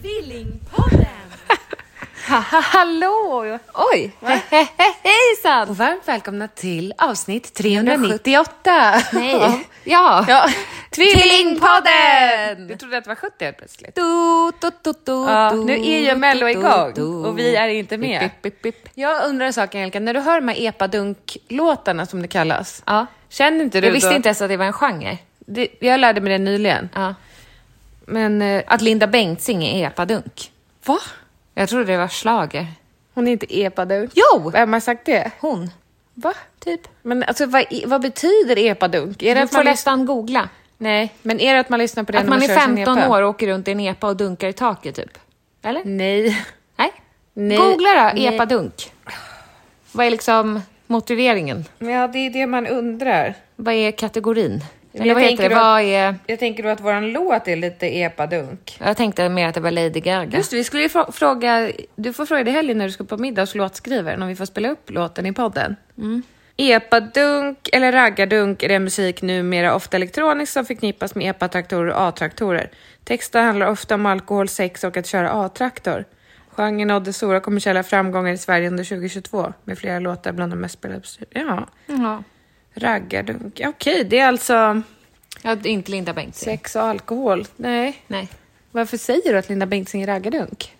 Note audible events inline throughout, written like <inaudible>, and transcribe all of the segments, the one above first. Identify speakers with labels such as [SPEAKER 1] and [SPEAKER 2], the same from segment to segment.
[SPEAKER 1] Tvillingpodden!
[SPEAKER 2] Haha, hallå! Oj! He, he, he, hejsan! Och varmt välkomna till avsnitt 398.
[SPEAKER 1] Nej.
[SPEAKER 2] Ja.
[SPEAKER 1] Ja.
[SPEAKER 2] Tvillingpodden!
[SPEAKER 1] Du trodde att det var 70 helt plötsligt?
[SPEAKER 2] Du, du, du, du,
[SPEAKER 1] Ja,
[SPEAKER 2] du,
[SPEAKER 1] nu är ju Mello
[SPEAKER 2] du,
[SPEAKER 1] igång
[SPEAKER 2] du.
[SPEAKER 1] och vi är inte med.
[SPEAKER 2] Pip, pip, pip, pip.
[SPEAKER 1] Jag undrar en sak Angelica, när du hör de här epadunk-låtarna som det kallas,
[SPEAKER 2] Ja.
[SPEAKER 1] känner inte du
[SPEAKER 2] Jag visste
[SPEAKER 1] då,
[SPEAKER 2] inte ens att det var en genre.
[SPEAKER 1] Det, jag lärde mig det nyligen.
[SPEAKER 2] Ja.
[SPEAKER 1] Men, eh,
[SPEAKER 2] Att Linda Bengtzing är epadunk.
[SPEAKER 1] va?
[SPEAKER 2] Jag trodde det var schlager.
[SPEAKER 1] Hon är inte epadunk?
[SPEAKER 2] Jo!
[SPEAKER 1] Vem har sagt det?
[SPEAKER 2] Hon,
[SPEAKER 1] Va?
[SPEAKER 2] typ.
[SPEAKER 1] Men alltså vad, i- vad betyder epadunk? Är det
[SPEAKER 2] Du
[SPEAKER 1] att man
[SPEAKER 2] får
[SPEAKER 1] lyssnar...
[SPEAKER 2] nästan googla.
[SPEAKER 1] Nej, men är det att man lyssnar på det
[SPEAKER 2] Att
[SPEAKER 1] när
[SPEAKER 2] man är
[SPEAKER 1] kör sin
[SPEAKER 2] 15
[SPEAKER 1] epa?
[SPEAKER 2] år och åker runt i en epa och dunkar i taket, typ. Eller?
[SPEAKER 1] Nej.
[SPEAKER 2] Nej.
[SPEAKER 1] Nej.
[SPEAKER 2] Googla då,
[SPEAKER 1] Nej.
[SPEAKER 2] epadunk. Vad är liksom motiveringen?
[SPEAKER 1] Ja, det är det man undrar.
[SPEAKER 2] Vad är kategorin?
[SPEAKER 1] Men
[SPEAKER 2] Eller
[SPEAKER 1] jag
[SPEAKER 2] vad
[SPEAKER 1] tänker
[SPEAKER 2] heter det?
[SPEAKER 1] då-
[SPEAKER 2] Vad är...
[SPEAKER 1] Jag tänker då att våran låt är lite epadunk.
[SPEAKER 2] Jag tänkte mer att det var Lady Gaga.
[SPEAKER 1] Just det, vi skulle ju frå- fråga, du får fråga det i helgen när du ska på middag hos låtskrivaren om vi får spela upp låten i podden. Epadunk eller raggardunk är den musik numera ofta elektronisk som förknippas med epatraktorer och A-traktorer. Texten handlar ofta om alkohol, sex och att köra A-traktor. Genren nådde stora kommersiella framgångar i Sverige under 2022 med flera låtar bland de mest spelade. på- Ja,
[SPEAKER 2] Ja.
[SPEAKER 1] raggardunk. Okej, det är alltså
[SPEAKER 2] Ja, det är inte Linda Bengtzing.
[SPEAKER 1] sex och alkohol. Nej.
[SPEAKER 2] Nej.
[SPEAKER 1] Varför säger du att Linda Bengtzing är raggardunk?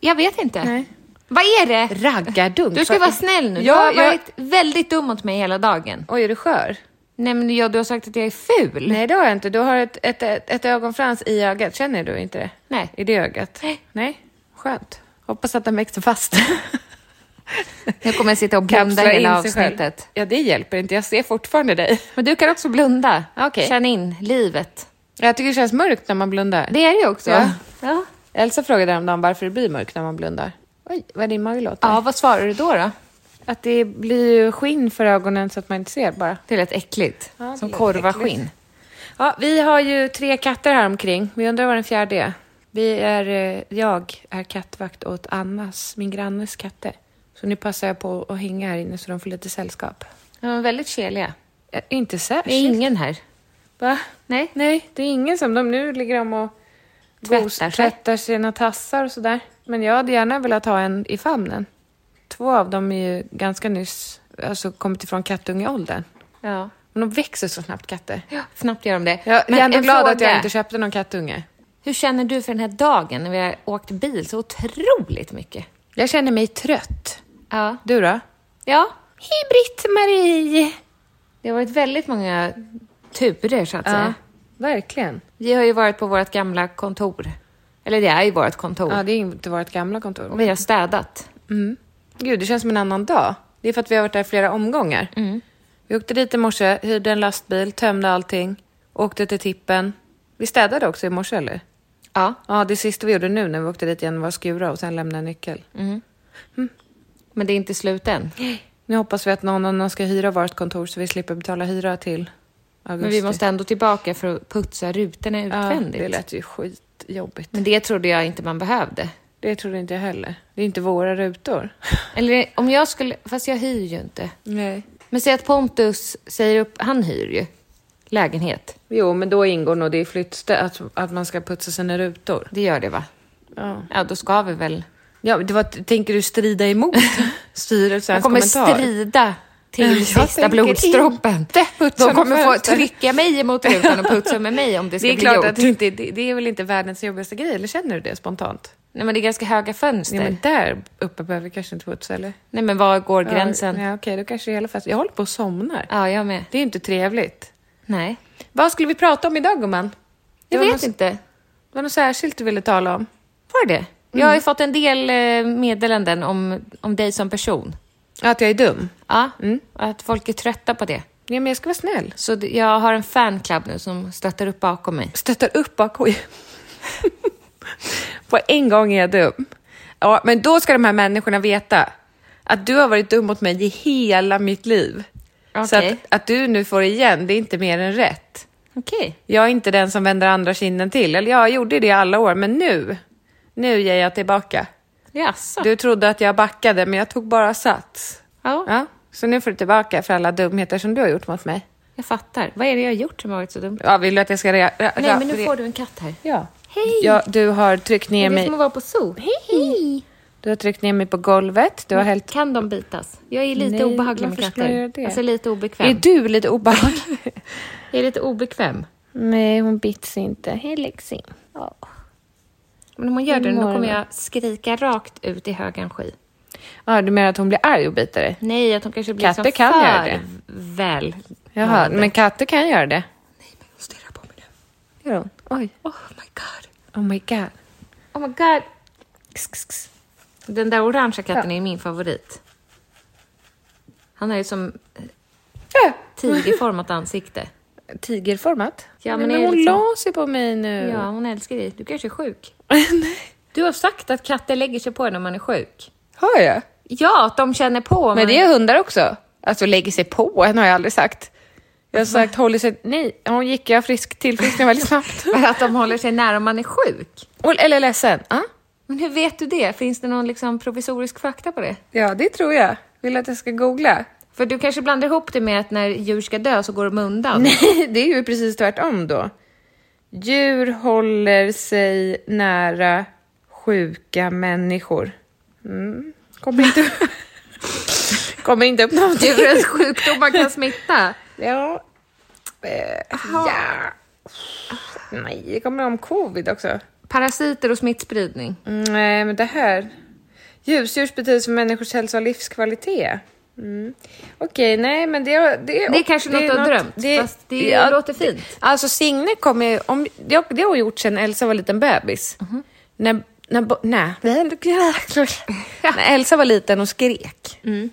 [SPEAKER 2] Jag vet inte.
[SPEAKER 1] Nej.
[SPEAKER 2] Vad är det?
[SPEAKER 1] Raggardunk?
[SPEAKER 2] Du ska vara snäll nu.
[SPEAKER 1] Ja,
[SPEAKER 2] du har
[SPEAKER 1] jag-
[SPEAKER 2] varit väldigt dum mot mig hela dagen.
[SPEAKER 1] Oj, är du skör?
[SPEAKER 2] Nej, men ja, du har sagt att jag är ful.
[SPEAKER 1] Nej, det har jag inte. Du har ett, ett, ett, ett ögonfrans i ögat. Känner du inte det?
[SPEAKER 2] Nej.
[SPEAKER 1] I det ögat?
[SPEAKER 2] Nej.
[SPEAKER 1] Nej. Skönt. Hoppas att den växer <laughs> fast.
[SPEAKER 2] Nu kommer jag sitta och blunda
[SPEAKER 1] Kapslar in
[SPEAKER 2] hela
[SPEAKER 1] sig själv.
[SPEAKER 2] avsnittet.
[SPEAKER 1] Ja, det hjälper inte. Jag ser fortfarande dig.
[SPEAKER 2] Men du kan också blunda.
[SPEAKER 1] Okej.
[SPEAKER 2] Känn in livet.
[SPEAKER 1] Jag tycker det känns mörkt när man blundar.
[SPEAKER 2] Det är det ju också.
[SPEAKER 1] Ja.
[SPEAKER 2] Ja.
[SPEAKER 1] Elsa frågade häromdagen varför det blir mörkt när man blundar. Oj, vad din mage låter.
[SPEAKER 2] ja, vad svarar du då? då?
[SPEAKER 1] Att det blir ju skinn för ögonen så att man inte ser bara.
[SPEAKER 2] Det lät äckligt.
[SPEAKER 1] Ja, det
[SPEAKER 2] Som
[SPEAKER 1] lät
[SPEAKER 2] korvaskinn.
[SPEAKER 1] äckligt. Ja, vi har ju tre katter här omkring. Vi undrar var den fjärde är. Vi är, eh, jag är kattvakt åt Annas, min grannes katter. Så nu passar jag på att hänga här inne så de får lite sällskap.
[SPEAKER 2] De är väldigt keliga.
[SPEAKER 1] Eh, inte
[SPEAKER 2] Det är
[SPEAKER 1] särskilt.
[SPEAKER 2] ingen här.
[SPEAKER 1] Va?
[SPEAKER 2] Nej.
[SPEAKER 1] Nej, det är ingen som de nu ligger de och
[SPEAKER 2] Tvättar
[SPEAKER 1] gos-
[SPEAKER 2] sig.
[SPEAKER 1] tvättar sina tassar och sådär. Men jag hade gärna velat ha en i famnen. Två av dem är ju ganska nyss, alltså kommit ifrån kattungeåldern.
[SPEAKER 2] Ja.
[SPEAKER 1] Men de växer så snabbt katter.
[SPEAKER 2] ja. Snabbt gör de det.
[SPEAKER 1] Jag, jag är ändå
[SPEAKER 2] en
[SPEAKER 1] glad
[SPEAKER 2] fråga.
[SPEAKER 1] att jag inte köpte någon kattunge.
[SPEAKER 2] Hur känner du för den här dagen när vi har åkt bil så otroligt mycket?
[SPEAKER 1] Jag känner mig trött.
[SPEAKER 2] Ja.
[SPEAKER 1] Du då?
[SPEAKER 2] Ja. Hej Britt-Marie! Det har varit väldigt många turer så att säga.
[SPEAKER 1] Verkligen.
[SPEAKER 2] Vi har ju varit på vårt gamla kontor. Eller det är ju vårt kontor.
[SPEAKER 1] Ja, det är inte vårt gamla kontor.
[SPEAKER 2] Och vi har städat.
[SPEAKER 1] Gud, det känns som en annan dag. Det är för att vi har varit där flera omgångar.
[SPEAKER 2] Mm.
[SPEAKER 1] Vi åkte dit i morse, hyrde en lastbil, tömde allting, åkte till tippen. Vi städade också i morse, eller?
[SPEAKER 2] Ja.
[SPEAKER 1] Ja, det sista vi gjorde nu när vi åkte dit igen var att skura och sen lämna en nyckel.
[SPEAKER 2] Mm. Men det är inte
[SPEAKER 1] <gasps>
[SPEAKER 2] slut än.
[SPEAKER 1] Nu hoppas vi att någon annan ska hyra vårt kontor så vi slipper betala hyra till augusti.
[SPEAKER 2] Men vi måste ändå tillbaka för att putsa rutorna
[SPEAKER 1] ja,
[SPEAKER 2] utvändigt. Mm.
[SPEAKER 1] Det lät ju skitjobbigt.
[SPEAKER 2] Men det trodde jag inte man behövde.
[SPEAKER 1] Det trodde inte jag heller. Det är inte våra rutor.
[SPEAKER 2] Eller om jag skulle... Fast jag hyr ju inte.
[SPEAKER 1] Nej.
[SPEAKER 2] Men säg att Pontus säger upp... Han hyr ju lägenhet.
[SPEAKER 1] Jo, men då ingår nog det i flyttstäd, att, att man ska putsa sina rutor.
[SPEAKER 2] Det gör det, va?
[SPEAKER 1] Ja.
[SPEAKER 2] Ja, då ska vi väl
[SPEAKER 1] Ja, det var, tänker du strida emot <laughs> styrelsens
[SPEAKER 2] Jag kommer
[SPEAKER 1] kommentar?
[SPEAKER 2] strida till
[SPEAKER 1] <laughs> Jag
[SPEAKER 2] sista
[SPEAKER 1] tänker
[SPEAKER 2] blodsdroppen.
[SPEAKER 1] inte putsa
[SPEAKER 2] De kommer
[SPEAKER 1] något
[SPEAKER 2] få
[SPEAKER 1] fönster.
[SPEAKER 2] trycka mig emot rutan och putsa med mig om
[SPEAKER 1] <laughs>
[SPEAKER 2] det ska
[SPEAKER 1] Det är
[SPEAKER 2] bli
[SPEAKER 1] klart
[SPEAKER 2] gjort.
[SPEAKER 1] att det, inte, det, det är väl inte världens jobbigaste grej, eller känner du det spontant?
[SPEAKER 2] Nej, men det är ganska höga fönster.
[SPEAKER 1] Ja, men där uppe behöver vi kanske inte putsa, eller?
[SPEAKER 2] Nej, men var går gränsen?
[SPEAKER 1] Ja, ja, okej, då kanske det är hela fest. Jag håller på att somnar.
[SPEAKER 2] Ja, jag med.
[SPEAKER 1] Det är ju inte trevligt.
[SPEAKER 2] Nej,
[SPEAKER 1] Vad skulle vi prata om idag, gumman? Det
[SPEAKER 2] jag
[SPEAKER 1] var
[SPEAKER 2] vet
[SPEAKER 1] något-
[SPEAKER 2] inte.
[SPEAKER 1] var något särskilt du ville tala om?
[SPEAKER 2] Var det Jag har ju fått en del eh, meddelanden om, om dig som person.
[SPEAKER 1] Att jag är dum?
[SPEAKER 2] Ja, att folk är trötta på det.
[SPEAKER 1] Ja, men jag ska vara snäll.
[SPEAKER 2] Så d- jag har en fanclub nu som stöttar upp bakom mig.
[SPEAKER 1] Stöttar upp bak oj. <laughs> På en gång är jag dum. Ja, men då ska de här människorna veta att du har varit dum mot mig i hela mitt liv. Så att,
[SPEAKER 2] Okej.
[SPEAKER 1] att du nu får igen, det är inte mer än rätt.
[SPEAKER 2] Okej.
[SPEAKER 1] Jag är inte den som vänder andra kinden till. Eller jag gjorde det i alla år, men nu, nu ger jag tillbaka.
[SPEAKER 2] Jaså?
[SPEAKER 1] Du trodde att jag backade, men jag tog bara sats.
[SPEAKER 2] Ja,
[SPEAKER 1] Ja, så nu får du tillbaka för alla dumheter som du har gjort mot mig.
[SPEAKER 2] jag fattar. Vad är det jag har gjort som har varit så dumt?
[SPEAKER 1] Ja, vill du att jag ska... Re- re-
[SPEAKER 2] Nej, men nu
[SPEAKER 1] re-
[SPEAKER 2] får du en katt här.
[SPEAKER 1] Ja.
[SPEAKER 2] Alltså, Hej!
[SPEAKER 1] Ja, du har tryckt
[SPEAKER 2] Det
[SPEAKER 1] ner
[SPEAKER 2] är det
[SPEAKER 1] mig.
[SPEAKER 2] som att vara på zoo. Hej!
[SPEAKER 1] Du har tryckt ner mig på golvet. Du har hällt...
[SPEAKER 2] Kan de bitas? Jag är Mm. lite
[SPEAKER 1] Nej,
[SPEAKER 2] obehaglig med
[SPEAKER 1] varför skulle jag göra
[SPEAKER 2] katter.
[SPEAKER 1] det?
[SPEAKER 2] Alltså lite
[SPEAKER 1] Är
[SPEAKER 2] obekväm.
[SPEAKER 1] du lite obehaglig?
[SPEAKER 2] <laughs> Jag är lite obekväm.
[SPEAKER 1] Nej, hon bits inte. Hej, Lexi.
[SPEAKER 2] Men om hon gör det, nu
[SPEAKER 1] Imorgon.
[SPEAKER 2] kommer jag skrika rakt ut i hög energi.
[SPEAKER 1] Ja, du menar att hon blir arg och biter dig?
[SPEAKER 2] Nej, att hon kanske blir
[SPEAKER 1] Katter
[SPEAKER 2] liksom
[SPEAKER 1] kan
[SPEAKER 2] för
[SPEAKER 1] göra det.
[SPEAKER 2] väl.
[SPEAKER 1] Jaha, men katter kan göra det.
[SPEAKER 2] Stirra på mig nu.
[SPEAKER 1] Gör hon? Oj.
[SPEAKER 2] Oh my god.
[SPEAKER 1] Oh my god.
[SPEAKER 2] Oh my god. Kss, kss, kss. Den där orangea katten är min favorit. Han har ju som
[SPEAKER 1] Äh,
[SPEAKER 2] tigerformat ansikte.
[SPEAKER 1] tigerformat?
[SPEAKER 2] Ja, men
[SPEAKER 1] men,
[SPEAKER 2] är det
[SPEAKER 1] hon
[SPEAKER 2] liksom-
[SPEAKER 1] la sig på mig nu.
[SPEAKER 2] <laughs>
[SPEAKER 1] <laughs>
[SPEAKER 2] Ja, hon älskar dig. Du kanske är sjuk. Du har sagt att katter lägger sig på en om man är sjuk.
[SPEAKER 1] Har jag?
[SPEAKER 2] Ja, att de känner på om
[SPEAKER 1] Men
[SPEAKER 2] man...
[SPEAKER 1] det är hundar också. Alltså lägger sig på en har jag aldrig sagt. Jag har sagt håller sig... Nej, hon gick jag frisk tillfrisknade väldigt
[SPEAKER 2] <laughs>
[SPEAKER 1] snabbt.
[SPEAKER 2] Att de håller sig nära om man är sjuk.
[SPEAKER 1] Och- Eller ledsen. Ah. Ja.
[SPEAKER 2] Men hur vet du det? Finns det någon liksom provisorisk fakta på det?
[SPEAKER 1] ja, det tror jag. Vill du att jag ska googla?
[SPEAKER 2] För du kanske blandar ihop det med att när djur ska dö så går de undan.
[SPEAKER 1] Nej, <laughs> det är ju precis tvärtom då. Djur håller sig nära sjuka människor. Mm. Kommer inte... <laughs> Kommer inte upp någonting.
[SPEAKER 2] Djurens <laughs> sjukdomar kan smitta.
[SPEAKER 1] Ja. Eh, ja. Nej, det kommer om covid också.
[SPEAKER 2] Parasiter och smittspridning.
[SPEAKER 1] Mm, Nej, men det här. Ljusdjurs betydelse för människors hälsa och livskvalitet. Mm. Okej, nej men det, det,
[SPEAKER 2] Det är kanske något du har drömt, fast det låter fint.
[SPEAKER 1] Alltså Signe kommer ju- om, det, har- det har hon gjort sedan Elsa var liten bebis.
[SPEAKER 2] Mhm.
[SPEAKER 1] När, när, bo- nej. <laughs> när Elsa var liten och skrek.
[SPEAKER 2] Mm.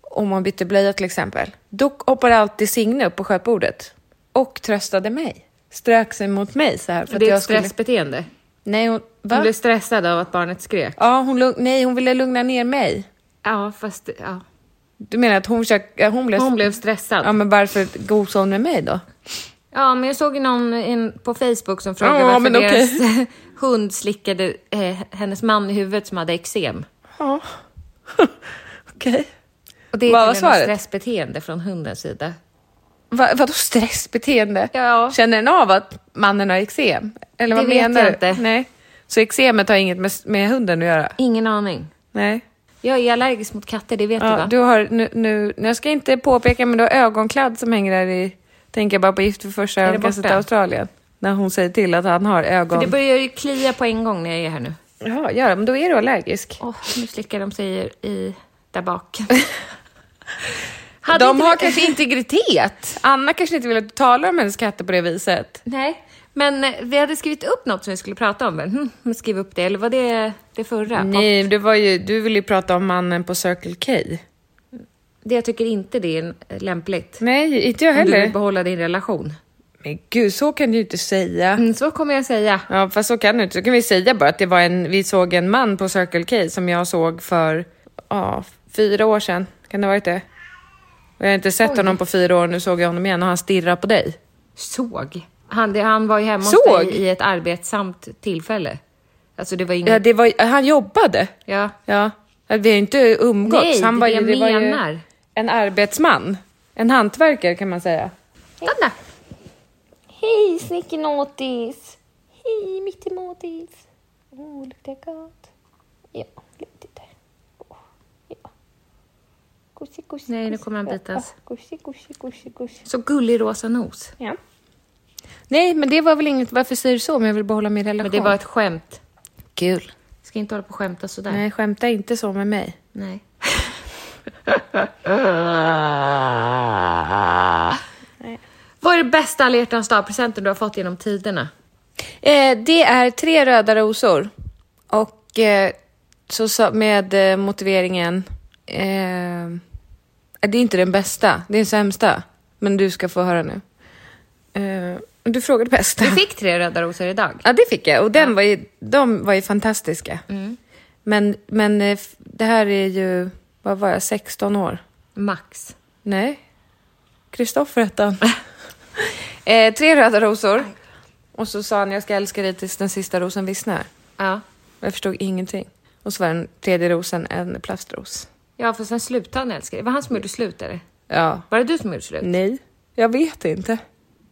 [SPEAKER 1] Om man bytte blöja till exempel. Då hoppade alltid Signe upp på skötbordet och tröstade mig. Strök sig mot mig så här. För
[SPEAKER 2] det
[SPEAKER 1] att
[SPEAKER 2] är
[SPEAKER 1] jag
[SPEAKER 2] ett
[SPEAKER 1] skulle...
[SPEAKER 2] stressbeteende.
[SPEAKER 1] Nej, hon, va?
[SPEAKER 2] Hon blev stressad av att barnet skrek.
[SPEAKER 1] Ja, hon, lugn- nej, hon ville lugna ner mig.
[SPEAKER 2] Ja, fast ja.
[SPEAKER 1] Du menar att hon försökte... Hon blev...
[SPEAKER 2] hon blev stressad.
[SPEAKER 1] Ja, men varför gosade hon med mig då?
[SPEAKER 2] Ja, men jag såg ju någon in, på Facebook som frågade
[SPEAKER 1] Ja,
[SPEAKER 2] varför
[SPEAKER 1] men
[SPEAKER 2] deras <laughs>
[SPEAKER 1] okej.
[SPEAKER 2] hund slickade eh, hennes man i huvudet som hade eksem.
[SPEAKER 1] Ja. Okej.
[SPEAKER 2] Och det är
[SPEAKER 1] Vad var
[SPEAKER 2] tydligen ett
[SPEAKER 1] svaret?
[SPEAKER 2] stressbeteende från hundens sida.
[SPEAKER 1] Va, vadå stressbeteende?
[SPEAKER 2] Ja.
[SPEAKER 1] Känner den av att mannen har eksem? Eller
[SPEAKER 2] Det
[SPEAKER 1] vad
[SPEAKER 2] vet
[SPEAKER 1] menar
[SPEAKER 2] jag
[SPEAKER 1] du?
[SPEAKER 2] inte.
[SPEAKER 1] Nej. Så eksemet har inget med, s- med hunden att göra?
[SPEAKER 2] Ingen aning.
[SPEAKER 1] Nej.
[SPEAKER 2] Jag är allergisk mot katter, det vet du
[SPEAKER 1] Ja,
[SPEAKER 2] va?
[SPEAKER 1] du har nu, nu, nu, jag ska inte påpeka, men du har ögonkladd som hänger där i... Tänker jag bara på Gift för första
[SPEAKER 2] det
[SPEAKER 1] ögonkastet i
[SPEAKER 2] borta?
[SPEAKER 1] Australien. När hon säger till att han har ögon...
[SPEAKER 2] Det börjar ju klia på en gång när jag är här nu.
[SPEAKER 1] Ja, ja, men då är du allergisk.
[SPEAKER 2] Åh, nu slickar de sig i, där bak.
[SPEAKER 1] De
[SPEAKER 2] inte-
[SPEAKER 1] har kanske integritet. <laughs> Anna kanske inte vill att du talar om hennes katter på det viset.
[SPEAKER 2] Nej, men eh, vi hade skrivit upp något som vi skulle prata om. Men, hm, skriv upp det, eller var det det förra?
[SPEAKER 1] Nej, det var ju, du ville ju prata om mannen på Circle K.
[SPEAKER 2] Det jag tycker inte det är eh, lämpligt.
[SPEAKER 1] Nej, inte jag
[SPEAKER 2] Om du vill
[SPEAKER 1] heller.
[SPEAKER 2] behålla din relation.
[SPEAKER 1] Men gud, så kan du ju inte säga.
[SPEAKER 2] Mm, så kommer jag säga.
[SPEAKER 1] Ja, fast så kan du inte. Så kan vi säga bara att det var en, vi såg en man på Circle K som jag såg för ja, fyra år sedan. Kan det ha varit det? Och jag har inte sett honom på fyra år, nu såg jag honom igen och han stirrar på dig.
[SPEAKER 2] Såg. Han, det, han var ju hemma
[SPEAKER 1] Såg?
[SPEAKER 2] hos dig i ett arbetsamt tillfälle. Alltså det var
[SPEAKER 1] Ja,
[SPEAKER 2] inget...
[SPEAKER 1] det var, han jobbade.
[SPEAKER 2] Ja.
[SPEAKER 1] Ja, att vi har inte umgåtts.
[SPEAKER 2] Nej,
[SPEAKER 1] han
[SPEAKER 2] det
[SPEAKER 1] var
[SPEAKER 2] är
[SPEAKER 1] ju,
[SPEAKER 2] det
[SPEAKER 1] det var
[SPEAKER 2] jag
[SPEAKER 1] ju
[SPEAKER 2] menar.
[SPEAKER 1] en arbetsman. En hantverkare kan man säga.
[SPEAKER 2] Stanna!
[SPEAKER 3] Hej snickernotis! Hej mittemotis! Åh, luktar jag gott? Ja. Lite där. Åh, Ja. Gussi, gussi,
[SPEAKER 1] Nej, nu
[SPEAKER 3] gussi.
[SPEAKER 1] kommer han
[SPEAKER 3] Ja,
[SPEAKER 1] bitas.
[SPEAKER 3] ja. Gussi, gussi, gussi, gussi.
[SPEAKER 1] Så gullig rosa nos.
[SPEAKER 3] Ja.
[SPEAKER 1] Nej, men det var väl inget varför säger du så, men jag vill behålla min relation.
[SPEAKER 2] Men det var ett skämt.
[SPEAKER 1] kul.
[SPEAKER 2] Ska inte hålla på och skämta sådär.
[SPEAKER 1] Nej, skämta inte så med mig.
[SPEAKER 2] Nej. Vad är det bästa alla hjärtans dag-presenten du har fått genom tiderna?
[SPEAKER 1] Eh, det är tre röda rosor. Och eh, så, sa- med eh, motiveringen... Eh, det är inte den bästa, det är den sämsta. Men du ska få höra nu. Eh, du frågade bästa.
[SPEAKER 2] Du fick tre röda rosor idag.
[SPEAKER 1] Ja, det fick jag. Och den var ju, de var ju fantastiska.
[SPEAKER 2] Mm.
[SPEAKER 1] Men, men eh, f- det här är ju, vad var jag, 16 år?
[SPEAKER 2] Max.
[SPEAKER 1] Nej. Kristoffer hette
[SPEAKER 2] <laughs>
[SPEAKER 1] han. eh, tre röda rosor. Och så sa han, jag ska älska dig tills den sista rosen vissnar.
[SPEAKER 2] Ja.
[SPEAKER 1] Jag förstod ingenting. Och så var den tredje rosen en plastros.
[SPEAKER 2] Ja, för sen slutade han älska dig. Det var han som gjorde slut, eller?
[SPEAKER 1] Ja.
[SPEAKER 2] Var det du som gjorde slut?
[SPEAKER 1] Nej. Jag vet inte.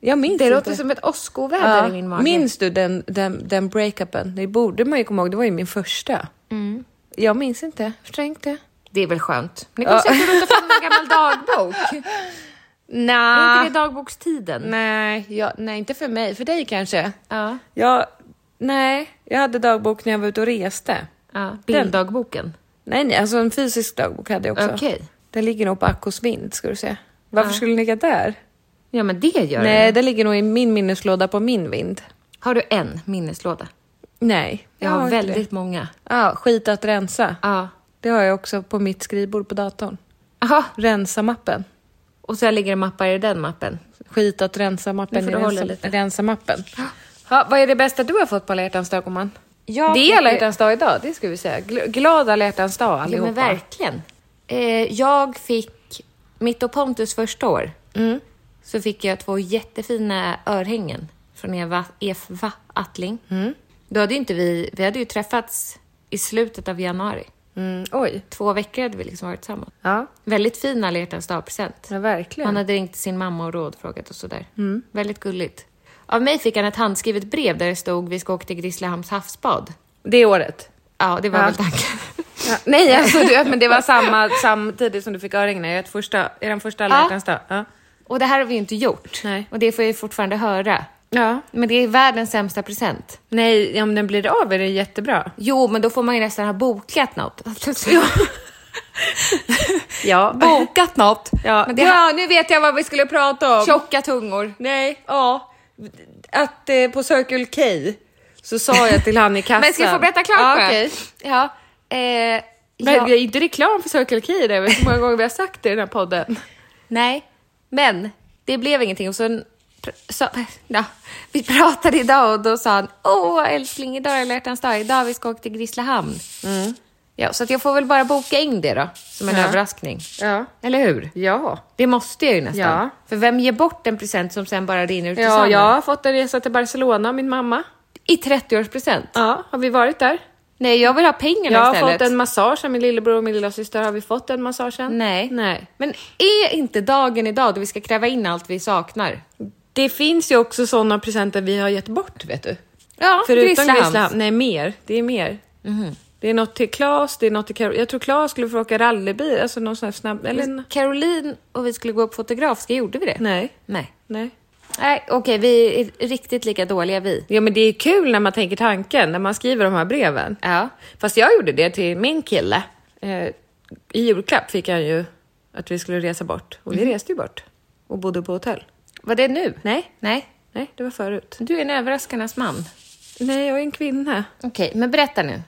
[SPEAKER 1] Jag minns
[SPEAKER 2] Det
[SPEAKER 1] inte.
[SPEAKER 2] låter som ett åskoväder
[SPEAKER 1] ja.
[SPEAKER 2] i min mage.
[SPEAKER 1] Minns du den, den, den breakupen? Det borde man ju komma ihåg, det var ju min första.
[SPEAKER 2] Mm.
[SPEAKER 1] Jag minns inte, förträngt det.
[SPEAKER 2] Det är väl skönt? Ni kommer säkert runt och få en <laughs> gammal dagbok. Är inte
[SPEAKER 1] Nej.
[SPEAKER 2] det dagbokstiden?
[SPEAKER 1] Nej, jag, nej, inte för mig. För dig kanske?
[SPEAKER 2] Ja.
[SPEAKER 1] Jag, nej, jag hade dagbok när jag var ute och reste.
[SPEAKER 2] ja. Bilddagboken.
[SPEAKER 1] Nej, nej, alltså en fysisk dagbok hade jag också.
[SPEAKER 2] Okej.
[SPEAKER 1] Den ligger nog på Accos vind, ska du se. Varför skulle den ligga där?
[SPEAKER 2] Ja, men det gör
[SPEAKER 1] Nej,
[SPEAKER 2] det.
[SPEAKER 1] den ligger nog i min minneslåda på min vind.
[SPEAKER 2] Har du en minneslåda?
[SPEAKER 1] Nej,
[SPEAKER 2] Jag har
[SPEAKER 1] inte
[SPEAKER 2] väldigt
[SPEAKER 1] det.
[SPEAKER 2] många.
[SPEAKER 1] Ja, skit att rensa.
[SPEAKER 2] Ja.
[SPEAKER 1] Det har jag också på mitt skrivbord på datorn.
[SPEAKER 2] Aha.
[SPEAKER 1] Rensa-mappen.
[SPEAKER 2] Och så ligger det mappar i den mappen.
[SPEAKER 1] Skit att rensa-mappen
[SPEAKER 2] Nu får
[SPEAKER 1] i
[SPEAKER 2] du hålla
[SPEAKER 1] rensa-
[SPEAKER 2] lite.
[SPEAKER 1] rensa-mappen. Ja, vad är det bästa du har fått på alla hjärtans dag, gumman?
[SPEAKER 2] Jag
[SPEAKER 1] Det
[SPEAKER 2] fick-
[SPEAKER 1] är alla hjärtans dag idag, det ska vi säga. Gl- Glad alla hjärtans dag
[SPEAKER 2] Ja,
[SPEAKER 1] allihopa.
[SPEAKER 2] men verkligen. Eh, jag fick, mitt och Pontus första år, så fick jag två jättefina örhängen från Eva, Eva Attling. Då hade ju inte vi, vi hade ju träffats i slutet av januari.
[SPEAKER 1] Mm, oj.
[SPEAKER 2] Två veckor hade vi liksom varit tillsammans.
[SPEAKER 1] Ja,
[SPEAKER 2] Väldigt fin alla hjärtans dag-present.
[SPEAKER 1] men verkligen.
[SPEAKER 2] Han hade ringt till sin mamma och rådfrågat och sådär. Väldigt gulligt. Av mig fick han ett handskrivet brev där det stod vi ska åka till Grisslehamns havsbad.
[SPEAKER 1] Det året.
[SPEAKER 2] Ja, det var väl tanken.
[SPEAKER 1] Ja, nej, alltså, du, men det var samma, samtidigt som du fick örhängena i ert första- i den första alla
[SPEAKER 2] Ja.
[SPEAKER 1] hjärtans dag. Ja.
[SPEAKER 2] Och det här har vi ju inte gjort.
[SPEAKER 1] Nej.
[SPEAKER 2] Och det får jag ju fortfarande höra.
[SPEAKER 1] ja.
[SPEAKER 2] Men det är världens sämsta present.
[SPEAKER 1] Nej, om den blir av är det jättebra.
[SPEAKER 2] Jo, men då får man ju nästan ha
[SPEAKER 1] <laughs>
[SPEAKER 2] bokat något.
[SPEAKER 1] Ja.
[SPEAKER 2] bokat något.
[SPEAKER 1] Ja.
[SPEAKER 2] Men det
[SPEAKER 1] ja, nu vet jag vad vi skulle prata om.
[SPEAKER 2] Tjocka tungor.
[SPEAKER 1] Nej, ja. Att eh, på Circle K så sa jag till han i kassan.
[SPEAKER 2] Men ska jag få berätta klart
[SPEAKER 1] ja,
[SPEAKER 2] bara?
[SPEAKER 1] okej.
[SPEAKER 2] Ja. Eh,
[SPEAKER 1] Men
[SPEAKER 2] ja.
[SPEAKER 1] det är inte reklam för Circle K det är väl så många gånger vi har sagt det i den här podden.
[SPEAKER 2] Nej, men det blev ingenting. Och sen pr- sa, ja, vi pratade idag och då sa han Åh älskling, idag är alla hjärtans dag. Idag vi ska åka till Grisslehamn. Ja, så att jag får väl bara boka in det då, som en
[SPEAKER 1] Mm. Ja.
[SPEAKER 2] överraskning.
[SPEAKER 1] Ja.
[SPEAKER 2] Eller hur?
[SPEAKER 1] Ja.
[SPEAKER 2] Det måste jag ju nästan.
[SPEAKER 1] Ja.
[SPEAKER 2] För vem ger bort en present som sen bara rinner ut i
[SPEAKER 1] Ja,
[SPEAKER 2] sanden?
[SPEAKER 1] jag har fått en resa till Barcelona av min mamma.
[SPEAKER 2] I 30-årspresent?
[SPEAKER 1] Ja, har vi varit där?
[SPEAKER 2] Nej, jag vill ha pengarna
[SPEAKER 1] Jag har
[SPEAKER 2] istället.
[SPEAKER 1] fått en massage av min lillebror och min lilla syster. Har vi fått den massagen?
[SPEAKER 2] Nej.
[SPEAKER 1] Nej.
[SPEAKER 2] Men är inte dagen idag då vi ska kräva in allt vi saknar?
[SPEAKER 1] Det finns ju också sådana presenter vi har gett bort, vet du.
[SPEAKER 2] Ja,
[SPEAKER 1] Förutom
[SPEAKER 2] Grisslehamns.
[SPEAKER 1] Grisslehamn. Nej, mer. Det är mer. Det är något till Claes, det är något till Karol. Jag tror Claes skulle få åka rallybil, alltså någon sån här snabb... Eller en...
[SPEAKER 2] Caroline och vi skulle gå på Fotografiska, gjorde vi det?
[SPEAKER 1] Nej.
[SPEAKER 2] Nej.
[SPEAKER 1] Nej.
[SPEAKER 2] Nej, okej, vi är riktigt lika dåliga vi.
[SPEAKER 1] Ja, men det är kul när man tänker tanken, när man skriver de här breven.
[SPEAKER 2] Ja.
[SPEAKER 1] Fast jag gjorde det till min kille. Eh, I julklapp fick han ju att vi skulle resa bort. Och
[SPEAKER 2] Mhm.
[SPEAKER 1] vi reste ju bort. Och bodde på hotell.
[SPEAKER 2] Var det nu?
[SPEAKER 1] Nej.
[SPEAKER 2] Nej.
[SPEAKER 1] Nej, det var förut.
[SPEAKER 2] Du är en överraskarnas man.
[SPEAKER 1] Nej, jag är en kvinna.
[SPEAKER 2] Okej, men berätta nu.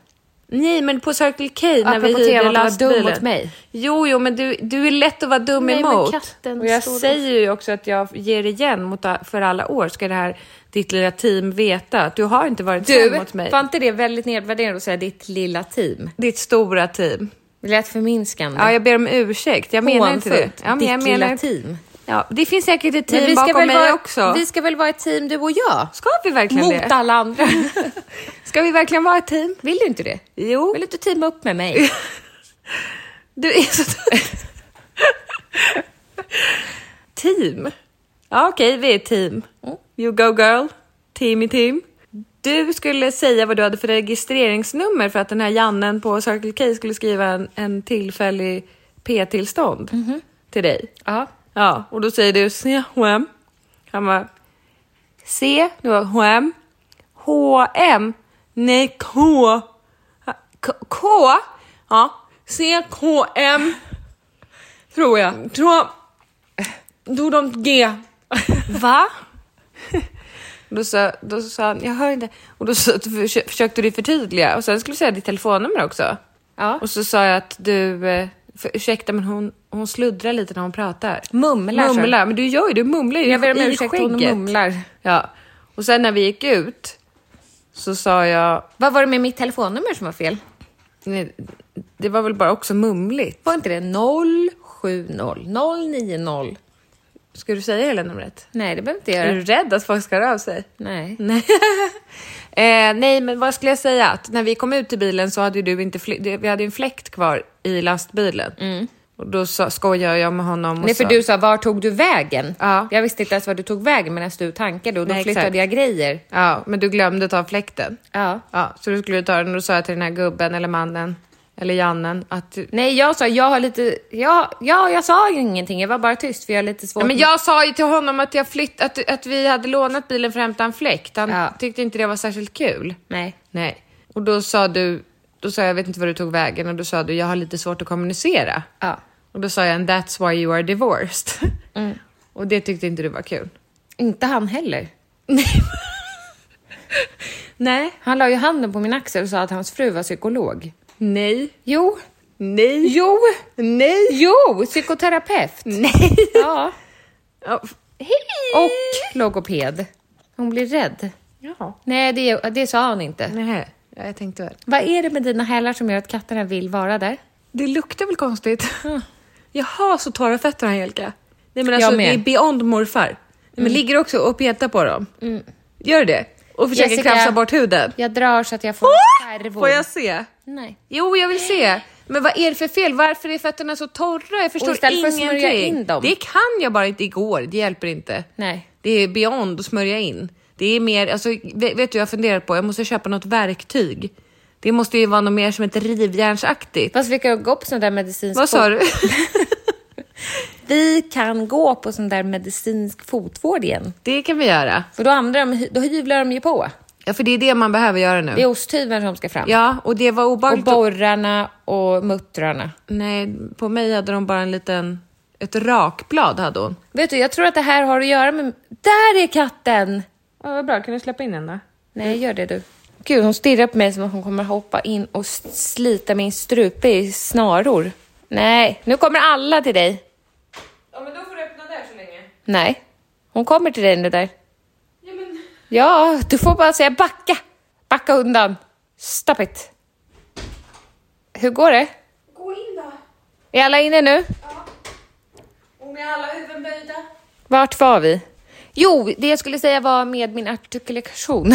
[SPEAKER 1] Nej, men på Circle K när vi
[SPEAKER 2] Apropå
[SPEAKER 1] hyrde
[SPEAKER 2] temat att vara
[SPEAKER 1] lastbilen.
[SPEAKER 2] dum mot mig.
[SPEAKER 1] Jo, jo, men du, du är lätt att vara dum
[SPEAKER 2] Nej, men
[SPEAKER 1] emot.
[SPEAKER 2] katten
[SPEAKER 1] och jag
[SPEAKER 2] står och-
[SPEAKER 1] säger ju också att jag ger igen mot, för alla år ska det här ditt lilla team veta att du har inte varit dum mot mig.
[SPEAKER 2] var inte det väldigt nedvärderande att säga ditt lilla team?
[SPEAKER 1] Ditt stora team.
[SPEAKER 2] Det lät förminskande.
[SPEAKER 1] Ja, jag ber om ursäkt. Jag menar inte det.
[SPEAKER 2] Hånfullt.
[SPEAKER 1] Ja, men
[SPEAKER 2] ditt
[SPEAKER 1] jag
[SPEAKER 2] lilla
[SPEAKER 1] menar...
[SPEAKER 2] team.
[SPEAKER 1] Ja, det finns säkert ett team
[SPEAKER 2] vi ska,
[SPEAKER 1] bakom
[SPEAKER 2] väl
[SPEAKER 1] mig
[SPEAKER 2] vara,
[SPEAKER 1] också.
[SPEAKER 2] vi ska väl vara ett team du och jag?
[SPEAKER 1] Ska vi verkligen
[SPEAKER 2] Mot
[SPEAKER 1] det?
[SPEAKER 2] alla andra.
[SPEAKER 1] Ska vi verkligen vara ett team?
[SPEAKER 2] <laughs> Vill du inte det?
[SPEAKER 1] Jo.
[SPEAKER 2] Vill du inte teama upp med <laughs> mig?
[SPEAKER 1] Du är så <laughs> Team. Ja, okej, vi är ett team. You go girl. Team i team. du skulle säga vad du hade för registreringsnummer för att den här Jannen på Circle K skulle skriva en, en tillfällig P-tillstånd till dig.
[SPEAKER 2] Mhm. Ja.
[SPEAKER 1] Ja, och då säger du CHM. Han bara C, det var HM. HM. Nej, K. K. K. Ja, CKM. Tror jag. Tror... Då de G. Va? Då sa, då sa han, jag hör inte. Och då så, försökte du förtydliga och sen skulle du säga ditt telefonnummer också.
[SPEAKER 2] Ja.
[SPEAKER 1] Och så sa jag att du, eh, för, ursäkta men hon, hon sluddrar lite när hon pratar.
[SPEAKER 2] Mumlar, sa
[SPEAKER 1] Mumlar, men du gör ju, du mumlar ju
[SPEAKER 2] Jag ber om
[SPEAKER 1] i
[SPEAKER 2] ursäkt, hon
[SPEAKER 1] skägget.
[SPEAKER 2] mumlar.
[SPEAKER 1] Ja. Och sen när vi gick ut så sa jag,
[SPEAKER 2] Vad var det med mitt telefonnummer som var fel?
[SPEAKER 1] nej, det var väl bara också mumligt.
[SPEAKER 2] Var inte det 070 090?
[SPEAKER 1] Ska du säga hela numret?
[SPEAKER 2] Nej, det behöver inte
[SPEAKER 1] Är
[SPEAKER 2] jag
[SPEAKER 1] du
[SPEAKER 2] göra.
[SPEAKER 1] rädd att folk ska höra av sig?
[SPEAKER 2] Nej.
[SPEAKER 1] Nej. eh, nej, men vad skulle jag säga? Att när vi kom ut till bilen så hade ju du inte fl- det- vi hade ju en fläkt kvar i lastbilen. Och då sa, skojade jag med honom och
[SPEAKER 2] Mm. Nej, för
[SPEAKER 1] sa,
[SPEAKER 2] du sa var tog du vägen?
[SPEAKER 1] Ja.
[SPEAKER 2] Jag visste inte ens var du tog vägen medan du tankade och då
[SPEAKER 1] Nej,
[SPEAKER 2] flyttade
[SPEAKER 1] exakt.
[SPEAKER 2] jag grejer.
[SPEAKER 1] Ja, men du glömde ta fläkten.
[SPEAKER 2] Ja.
[SPEAKER 1] Ja, så du skulle ta den och då sa jag till den här gubben eller mannen eller Jannen att...
[SPEAKER 2] Nej, jag sa jag har lite... Ja, ja, jag sa ju ingenting. Jag var bara tyst för jag har lite svårt
[SPEAKER 1] Ja, men
[SPEAKER 2] med-
[SPEAKER 1] jag sa ju till honom att, jag flytt, att, att vi hade lånat bilen för att hämta en fläkt. Han
[SPEAKER 2] Ja.
[SPEAKER 1] tyckte inte det var särskilt kul.
[SPEAKER 2] Nej.
[SPEAKER 1] Nej. Och då sa du, då sa jag, jag vet inte var du tog vägen och då sa du, jag har lite svårt att kommunicera.
[SPEAKER 2] Ja.
[SPEAKER 1] Och då sa jag, and that's why you are divorced.
[SPEAKER 2] Mm.
[SPEAKER 1] Och det tyckte inte du var kul.
[SPEAKER 2] Inte han heller. <laughs>
[SPEAKER 1] Nej.
[SPEAKER 2] Han la ju handen på min axel och sa att hans fru var psykolog.
[SPEAKER 1] Nej.
[SPEAKER 2] Jo.
[SPEAKER 1] Nej.
[SPEAKER 2] Jo.
[SPEAKER 1] Nej.
[SPEAKER 2] Jo, psykoterapeut.
[SPEAKER 1] Nej.
[SPEAKER 2] <laughs> Ja.
[SPEAKER 1] Ja, f- Hej!
[SPEAKER 2] Och logoped. Hon blir rädd.
[SPEAKER 1] Ja.
[SPEAKER 2] Nej, det, det sa han inte.
[SPEAKER 1] Nej, ja, jag tänkte väl.
[SPEAKER 2] Vad är det med dina hälar som gör att katterna vill vara där?
[SPEAKER 1] Det luktar väl konstigt? Jaha, så torra fötterna Angelica. Nej men
[SPEAKER 2] Jag
[SPEAKER 1] alltså
[SPEAKER 2] med. Mm.
[SPEAKER 1] det är beyond morfar. Nej, Men ligger också och petar på dem? Gör det? Och försöker
[SPEAKER 2] Jessica,
[SPEAKER 1] krafsa bort huden?
[SPEAKER 2] Jag drar så att jag får nervor.
[SPEAKER 1] Får jag se?
[SPEAKER 2] Nej.
[SPEAKER 1] Jo, jag vill se. Men vad är det för fel? Varför är fötterna så torra? Jag förstår
[SPEAKER 2] istället för att
[SPEAKER 1] ingenting.
[SPEAKER 2] smörja in dem.
[SPEAKER 1] Det kan jag bara inte igår. Det hjälper inte.
[SPEAKER 2] Nej.
[SPEAKER 1] Det är beyond att smörja in. Det är mer, alltså, vet vet du, jag har funderat på, jag måste köpa något verktyg. Det måste ju vara något mer som ett rivjärnsaktigt.
[SPEAKER 2] Fast vi kan gå på sån där medicinsk
[SPEAKER 1] Vad sa
[SPEAKER 2] fot-
[SPEAKER 1] du? <laughs>
[SPEAKER 2] Vi kan gå på sån där medicinsk fotvård igen.
[SPEAKER 1] det kan vi göra.
[SPEAKER 2] För då, andra, de- då hyvlar de ju på.
[SPEAKER 1] Ja, för det är det man behöver göra nu.
[SPEAKER 2] Det är osthyveln som ska fram.
[SPEAKER 1] Ja, och det var
[SPEAKER 2] Och
[SPEAKER 1] obehagligt. att-
[SPEAKER 2] borrarna och muttrarna.
[SPEAKER 1] Nej, på mig hade de bara en liten, ett rakblad hade hon.
[SPEAKER 2] Vet du, jag tror att det här har att göra med... Där är katten!
[SPEAKER 1] Ja, vad bra. Kan du släppa in den då?
[SPEAKER 2] Nej, gör det du. Gud, hon stirrar på mig som att hon kommer hoppa in och s- slita min strupe i snaror. Nej, nu kommer alla till dig.
[SPEAKER 1] Ja, men då får du öppna där så länge.
[SPEAKER 2] Nej, hon kommer till dig nu där.
[SPEAKER 1] Ja, men...
[SPEAKER 2] Ja, du får bara säga backa. Backa undan. Stop it. Hur går det?
[SPEAKER 1] Gå in då.
[SPEAKER 2] Är alla inne nu?
[SPEAKER 1] Och med alla huvuden böjda.
[SPEAKER 2] Vart var vi? Jo, det jag skulle säga var med
[SPEAKER 1] <laughs>
[SPEAKER 2] min artikulation.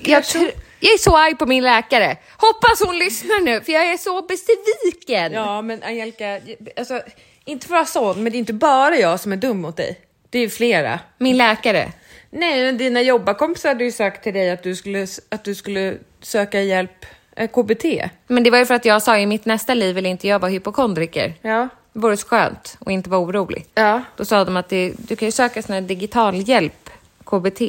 [SPEAKER 2] Jag, tr- jag är så arg på min läkare. Hoppas hon lyssnar nu, för jag är så besviken.
[SPEAKER 1] Ja, men Angelica, alltså, inte för att vara sån, men det är inte bara jag som är dum mot dig. Det är ju flera.
[SPEAKER 2] Min läkare.
[SPEAKER 1] Nej, men dina jobbarkompisar hade ju sagt till dig att du skulle, att du skulle söka hjälp, eh, KBT.
[SPEAKER 2] Men det var ju för att jag sa i mitt nästa liv vill inte jag vara hypokondriker.
[SPEAKER 1] Ja.
[SPEAKER 2] Det vore så skönt och inte vara orolig.
[SPEAKER 1] Ja.
[SPEAKER 2] Då sa de att det, du kan ju söka sån här digital hjälp, KBT.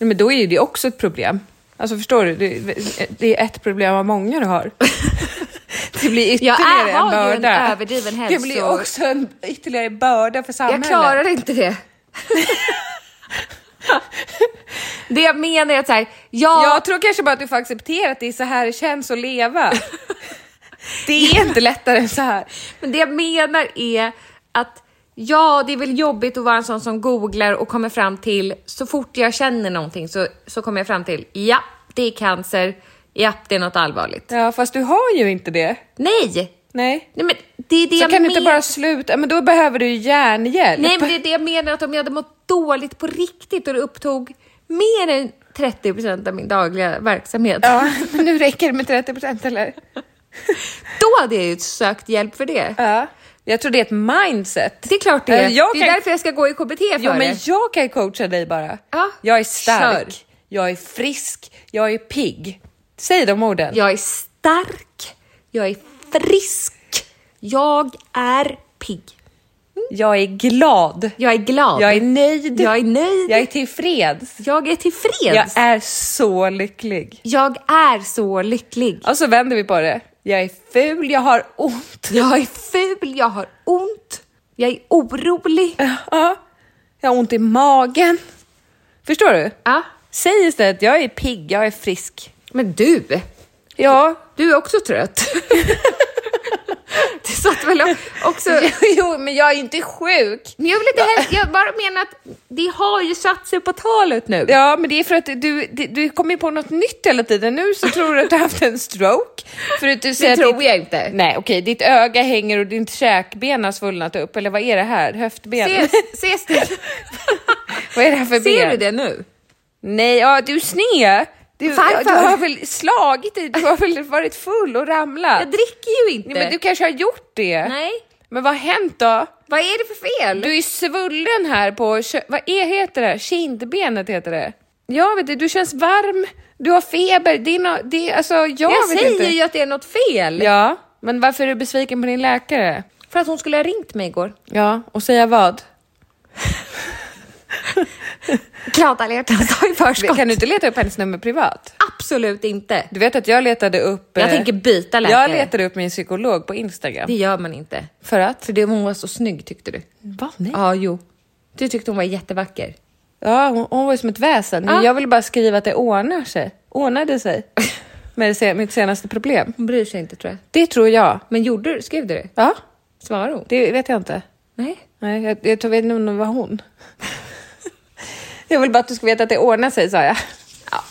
[SPEAKER 1] Nej, men då är ju det också ett problem. Alltså förstår du, det, det är ett problem av många du
[SPEAKER 2] <laughs>
[SPEAKER 1] har. Det blir
[SPEAKER 2] Jag är-
[SPEAKER 1] ytterligare en
[SPEAKER 2] har ju en
[SPEAKER 1] börda.
[SPEAKER 2] överdriven
[SPEAKER 1] Det
[SPEAKER 2] hälso-
[SPEAKER 1] blir också en ytterligare börda för samhället.
[SPEAKER 2] Jag klarar inte det. det jag menar är att så här, jag...
[SPEAKER 1] Jag tror kanske bara att du får acceptera att det är så här det känns att
[SPEAKER 2] <laughs>
[SPEAKER 1] leva. Det är inte lättare än så här.
[SPEAKER 2] Men det jag menar är att ja, det är väl jobbigt att vara en sån som googlar och kommer fram till så fort jag känner någonting så, så kommer jag fram till ja, det är cancer. Ja, det är något allvarligt.
[SPEAKER 1] Ja, fast du har ju inte det.
[SPEAKER 2] Nej!
[SPEAKER 1] Nej.
[SPEAKER 2] Nej men det är det
[SPEAKER 1] Så
[SPEAKER 2] jag
[SPEAKER 1] kan du
[SPEAKER 2] menar.
[SPEAKER 1] inte bara sluta, men då behöver du ju hjärnhjälp.
[SPEAKER 2] Nej men det är det jag menar att om jag hade mått dåligt på riktigt och det upptog mer än 30% av min dagliga verksamhet.
[SPEAKER 1] <laughs> Ja, men nu räcker det med 30 procent eller?
[SPEAKER 2] Då hade jag ju sökt hjälp för det.
[SPEAKER 1] Ja. Jag tror det är ett mindset.
[SPEAKER 2] Det är klart det är.
[SPEAKER 1] Äh, Jag
[SPEAKER 2] det
[SPEAKER 1] kan...
[SPEAKER 2] är därför jag ska gå i KBT för
[SPEAKER 1] Jo, men
[SPEAKER 2] det.
[SPEAKER 1] jag kan coacha dig bara.
[SPEAKER 2] Ja,
[SPEAKER 1] Jag är stark,
[SPEAKER 2] kör.
[SPEAKER 1] jag är frisk, jag är pigg. Säg de orden.
[SPEAKER 2] Jag är stark, jag är frisk, jag är pigg,
[SPEAKER 1] Jag är glad.
[SPEAKER 2] jag är glad,
[SPEAKER 1] Jag är nöjd.
[SPEAKER 2] jag är nöjd,
[SPEAKER 1] Jag är tillfreds.
[SPEAKER 2] jag är
[SPEAKER 1] Jag
[SPEAKER 2] tillfreds.
[SPEAKER 1] är så lycklig.
[SPEAKER 2] Jag är så lycklig.
[SPEAKER 1] Och så vänder vi på det. Jag är ful, jag har ont.
[SPEAKER 2] Jag är ful, jag har ont, jag är orolig.
[SPEAKER 1] Ja. Jag har ont i magen. Förstår du?
[SPEAKER 2] Ja.
[SPEAKER 1] Säg istället, jag är pigg, jag är frisk.
[SPEAKER 2] Men du, <laughs>
[SPEAKER 1] Ja,
[SPEAKER 2] du är också trött. det satt väl också...
[SPEAKER 1] <laughs> jo, men jag är inte sjuk.
[SPEAKER 2] Men jag vill inte helst, jag bara menar att det har ju satt sig på talet nu.
[SPEAKER 1] Ja, men det är för att du, du, du kommer ju på något nytt hela tiden. Nu så tror du att du har haft en stroke. För att du säger
[SPEAKER 2] det
[SPEAKER 1] att
[SPEAKER 2] tror
[SPEAKER 1] ditt,
[SPEAKER 2] jag inte.
[SPEAKER 1] Nej, okej, ditt öga hänger och din käkben har svullnat upp. Eller vad är det här? Höftben?
[SPEAKER 2] Ses, ses <laughs> det?
[SPEAKER 1] <laughs> vad är det här för
[SPEAKER 2] Ser
[SPEAKER 1] ben?
[SPEAKER 2] du det nu?
[SPEAKER 1] Nej, ja, du är sned. Du,
[SPEAKER 2] Varför?
[SPEAKER 1] du har väl slagit dig? Du har väl varit full och ramlat?
[SPEAKER 2] Jag dricker ju inte.
[SPEAKER 1] Nej, men du kanske har gjort det?
[SPEAKER 2] Nej.
[SPEAKER 1] Men vad har hänt då?
[SPEAKER 2] Vad är det för fel?
[SPEAKER 1] Du är svullen här på, kö- vad är, heter det? Kindbenet heter det. Jag vet inte, du känns varm, du har feber, det är nå- det, alltså jag,
[SPEAKER 2] jag
[SPEAKER 1] vet
[SPEAKER 2] säger
[SPEAKER 1] inte.
[SPEAKER 2] ju att det är något fel.
[SPEAKER 1] Ja, men varför är du besviken på din läkare?
[SPEAKER 2] För att hon skulle ha ringt mig igår.
[SPEAKER 1] Ja, och säga vad?
[SPEAKER 2] Glada hjärtat har i förskott.
[SPEAKER 1] Kan du inte leta upp hennes nummer privat?
[SPEAKER 2] Absolut inte.
[SPEAKER 1] Du vet att jag letade upp...
[SPEAKER 2] Jag
[SPEAKER 1] eh,
[SPEAKER 2] tänker byta läkare.
[SPEAKER 1] Jag letade upp min psykolog på Instagram.
[SPEAKER 2] Det gör man inte.
[SPEAKER 1] För att?
[SPEAKER 2] För det, hon var så snygg tyckte du.
[SPEAKER 1] Va? Nej.
[SPEAKER 2] Ja, jo. Du tyckte hon var jättevacker.
[SPEAKER 1] Ja, hon, hon var ju som ett väsen. Men
[SPEAKER 2] Ja.
[SPEAKER 1] jag ville bara skriva att det ordnar sig. Ordnade
[SPEAKER 2] <laughs>
[SPEAKER 1] sig. Med det se- mitt senaste problem.
[SPEAKER 2] Hon bryr sig inte tror jag.
[SPEAKER 1] Det tror jag.
[SPEAKER 2] Men gjorde du, skrev du det?
[SPEAKER 1] Ja,
[SPEAKER 2] Svarade hon?
[SPEAKER 1] det vet jag inte.
[SPEAKER 2] Nej.
[SPEAKER 1] Nej, jag, jag tror jag vet inte om det var
[SPEAKER 2] <laughs>
[SPEAKER 1] hon. jag vill bara att du ska veta att det ordnar sig, sa jag.
[SPEAKER 2] Ja.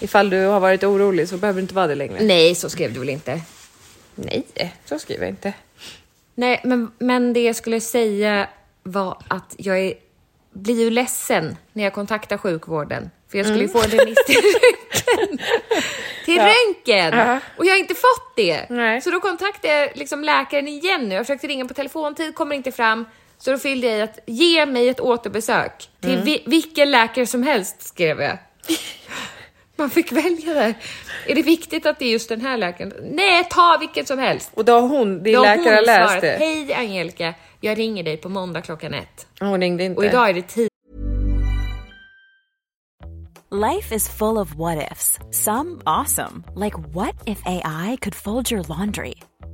[SPEAKER 1] Ifall du har varit orolig så behöver du inte vara det längre.
[SPEAKER 2] Nej, så skrev du väl inte?
[SPEAKER 1] Nej, så skriver jag inte.
[SPEAKER 2] Nej, men, men det jag skulle säga var att jag är, blir ju ledsen när jag kontaktar sjukvården. För jag skulle ju
[SPEAKER 1] Mm.
[SPEAKER 2] få en remiss till röntgen.
[SPEAKER 1] <laughs>
[SPEAKER 2] Till röntgen!
[SPEAKER 1] Ja.
[SPEAKER 2] Och jag har inte fått det.
[SPEAKER 1] Nej.
[SPEAKER 2] Så då kontaktade jag liksom läkaren igen nu. Jag försökte ringa på telefontid, kommer inte fram. Så då fyllde jag i att ge mig ett återbesök. Till
[SPEAKER 1] Mm.
[SPEAKER 2] vi, vilken läkare som helst, skrev jag. Man fick välja där. Är det viktigt att det är just den här läkaren? Nej, ta vilken som helst.
[SPEAKER 1] Och då har hon, din
[SPEAKER 2] Då har
[SPEAKER 1] läkare,
[SPEAKER 2] hon
[SPEAKER 1] läst
[SPEAKER 2] svarat,
[SPEAKER 1] det?
[SPEAKER 2] Hej Angelica, jag ringer dig på måndag klockan ett.
[SPEAKER 1] Hon ringde inte.
[SPEAKER 2] Och idag är det tid.
[SPEAKER 4] Life is full of what ifs. Some awesome, like what if AI could fold your laundry?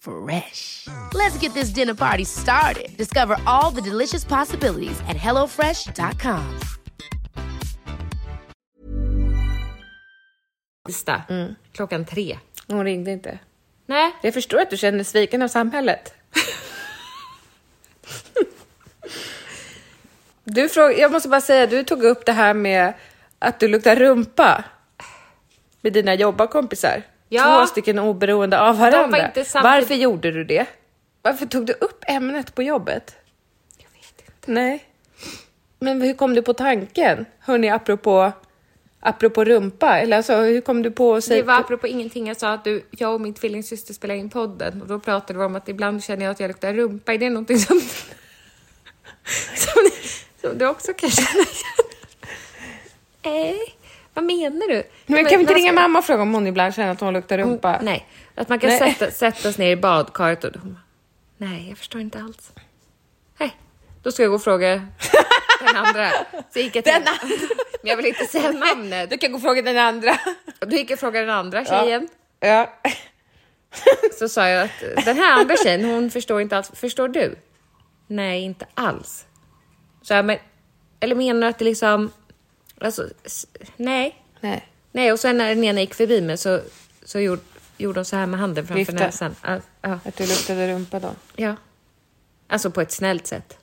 [SPEAKER 5] Fresh. Let's get this dinner party started. Discover all the delicious possibilities at hellofresh.com.
[SPEAKER 2] Tisdag,
[SPEAKER 1] Mm.
[SPEAKER 2] klockan tre.
[SPEAKER 1] Hon ringde inte.
[SPEAKER 2] Nej,
[SPEAKER 1] Jag förstår att du känner dig sviken av samhället. du fråg, jag måste bara säga, du tog upp det här med att du luktar rumpa med dina jobbarkompisar.
[SPEAKER 2] Ja.
[SPEAKER 1] Två stycken oberoende av varandra.
[SPEAKER 2] De var inte samtidigt-
[SPEAKER 1] Varför gjorde du det? Varför tog du upp ämnet på jobbet? Jag vet inte. Nej. Men hur kom du på tanken? Hörni, apropå Apropå rumpa, eller alltså hur kom du på att säga...
[SPEAKER 2] Det var apropå ingenting. Jag sa att du, jag och min tvillingsyster spelar in podden och då pratade vi om att ibland känner jag att jag luktar rumpa. Är det någonting som, <laughs> som, ni- som du också kan
[SPEAKER 1] <laughs>
[SPEAKER 2] känna igen? Nej, vad menar du?
[SPEAKER 1] men, Mm, kan vi inte ringa mamma och fråga om hon ibland känner att hon luktar rumpa?
[SPEAKER 2] Nej, att man kan
[SPEAKER 1] Nej.
[SPEAKER 2] sätta, sättas ner i badkaret och hon bara, Nej, jag förstår inte alls. Nej, då ska jag gå och fråga den andra. Så gick jag till, Men jag vill inte säga namnet.
[SPEAKER 1] Du kan gå och fråga den andra.
[SPEAKER 2] Då gick jag och frågade den andra tjejen.
[SPEAKER 1] Ja.
[SPEAKER 2] så sa jag att den här andra tjejen, hon förstår inte alls. Förstår du? Nej, inte alls. Så jag, men, eller menar du att det liksom... Alltså, s- nej.
[SPEAKER 1] Nej.
[SPEAKER 2] Nej, och sen när den ena gick förbi mig så, så gjorde, gjorde hon så här med handen framför
[SPEAKER 1] Vifta.
[SPEAKER 2] näsan. Ja, ja,
[SPEAKER 1] Att du luktade rumpa då.
[SPEAKER 2] ja. Alltså på ett snällt sätt.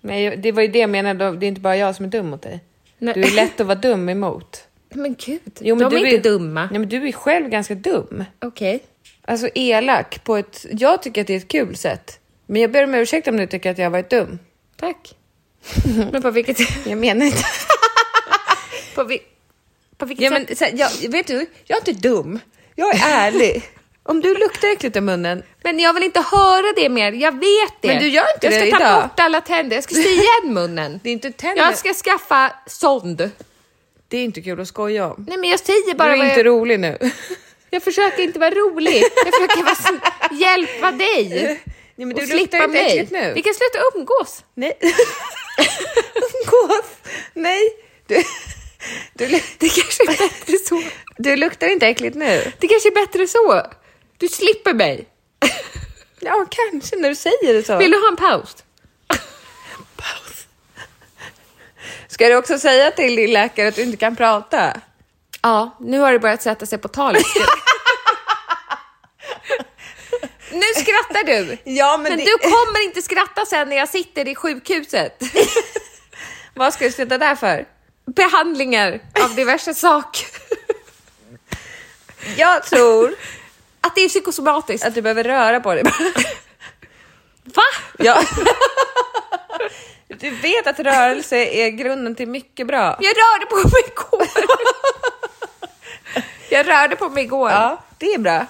[SPEAKER 1] Men jag- det var ju det jag menade, det är inte bara jag som är dum mot dig.
[SPEAKER 2] Nej.
[SPEAKER 1] Du är lätt att vara dum emot.
[SPEAKER 2] Men gud,
[SPEAKER 1] Jo, men
[SPEAKER 2] de
[SPEAKER 1] du
[SPEAKER 2] är
[SPEAKER 1] ju-
[SPEAKER 2] inte dumma.
[SPEAKER 1] Nej, men du är själv ganska dum.
[SPEAKER 2] Okej.
[SPEAKER 1] Alltså elak på ett... Jag tycker att det är ett kul sätt. Men jag ber om ursäkt om du tycker att jag har varit dum.
[SPEAKER 2] Tack. <laughs> men på vilket...
[SPEAKER 1] Jag menar inte...
[SPEAKER 2] På, vi, på vilket
[SPEAKER 1] Ja,
[SPEAKER 2] sätt?
[SPEAKER 1] men, så, här, jag, vet du, jag är inte dum. Jag är <laughs> ärlig. Om du luktar äckligt i munnen,
[SPEAKER 2] Men jag vill inte höra det mer, jag vet det.
[SPEAKER 1] Men du gör inte
[SPEAKER 2] jag ska
[SPEAKER 1] det
[SPEAKER 2] ta
[SPEAKER 1] idag.
[SPEAKER 2] bort alla tänder, jag ska sy igen <laughs> munnen.
[SPEAKER 1] det är inte tänder.
[SPEAKER 2] Jag ska skaffa sond.
[SPEAKER 1] Det är inte kul att skoja om.
[SPEAKER 2] Nej men jag säger
[SPEAKER 1] Du
[SPEAKER 2] bara
[SPEAKER 1] är
[SPEAKER 2] vad
[SPEAKER 1] inte
[SPEAKER 2] jag...
[SPEAKER 1] rolig nu.
[SPEAKER 2] jag försöker inte vara rolig, jag försöker vara <laughs> sn- hjälpa dig.
[SPEAKER 1] Nej, men du
[SPEAKER 2] och
[SPEAKER 1] luktar
[SPEAKER 2] slippa
[SPEAKER 1] inte
[SPEAKER 2] mig.
[SPEAKER 1] äckligt nu.
[SPEAKER 2] Vi kan sluta umgås.
[SPEAKER 1] Nej. <laughs> Umgås. Nej. Du, du, lu-
[SPEAKER 2] Det kanske är bättre så.
[SPEAKER 1] du luktar inte äckligt nu.
[SPEAKER 2] Det kanske är bättre så. Du slipper mig.
[SPEAKER 1] Ja, kanske när du säger det så.
[SPEAKER 2] Vill du ha en paus?
[SPEAKER 1] Ska du också säga till din läkare att du inte kan prata?
[SPEAKER 2] Ja, nu har det börjat sätta sig
[SPEAKER 1] <laughs>
[SPEAKER 2] på talet. nu skrattar du.
[SPEAKER 1] Ja, men,
[SPEAKER 2] Men
[SPEAKER 1] det,
[SPEAKER 2] du kommer inte skratta sen när jag sitter i sjukhuset.
[SPEAKER 1] <laughs> vad ska du sluta där för?
[SPEAKER 2] Behandlingar av diverse saker.
[SPEAKER 1] Jag tror
[SPEAKER 2] Att det är psykosomatiskt.
[SPEAKER 1] att du behöver röra på dig.
[SPEAKER 2] Va? <laughs>
[SPEAKER 1] Ja. Du vet att rörelse är grunden till mycket bra.
[SPEAKER 2] Jag rörde på mig igår. <laughs> jag rörde på mig igår.
[SPEAKER 1] Ja, det är bra.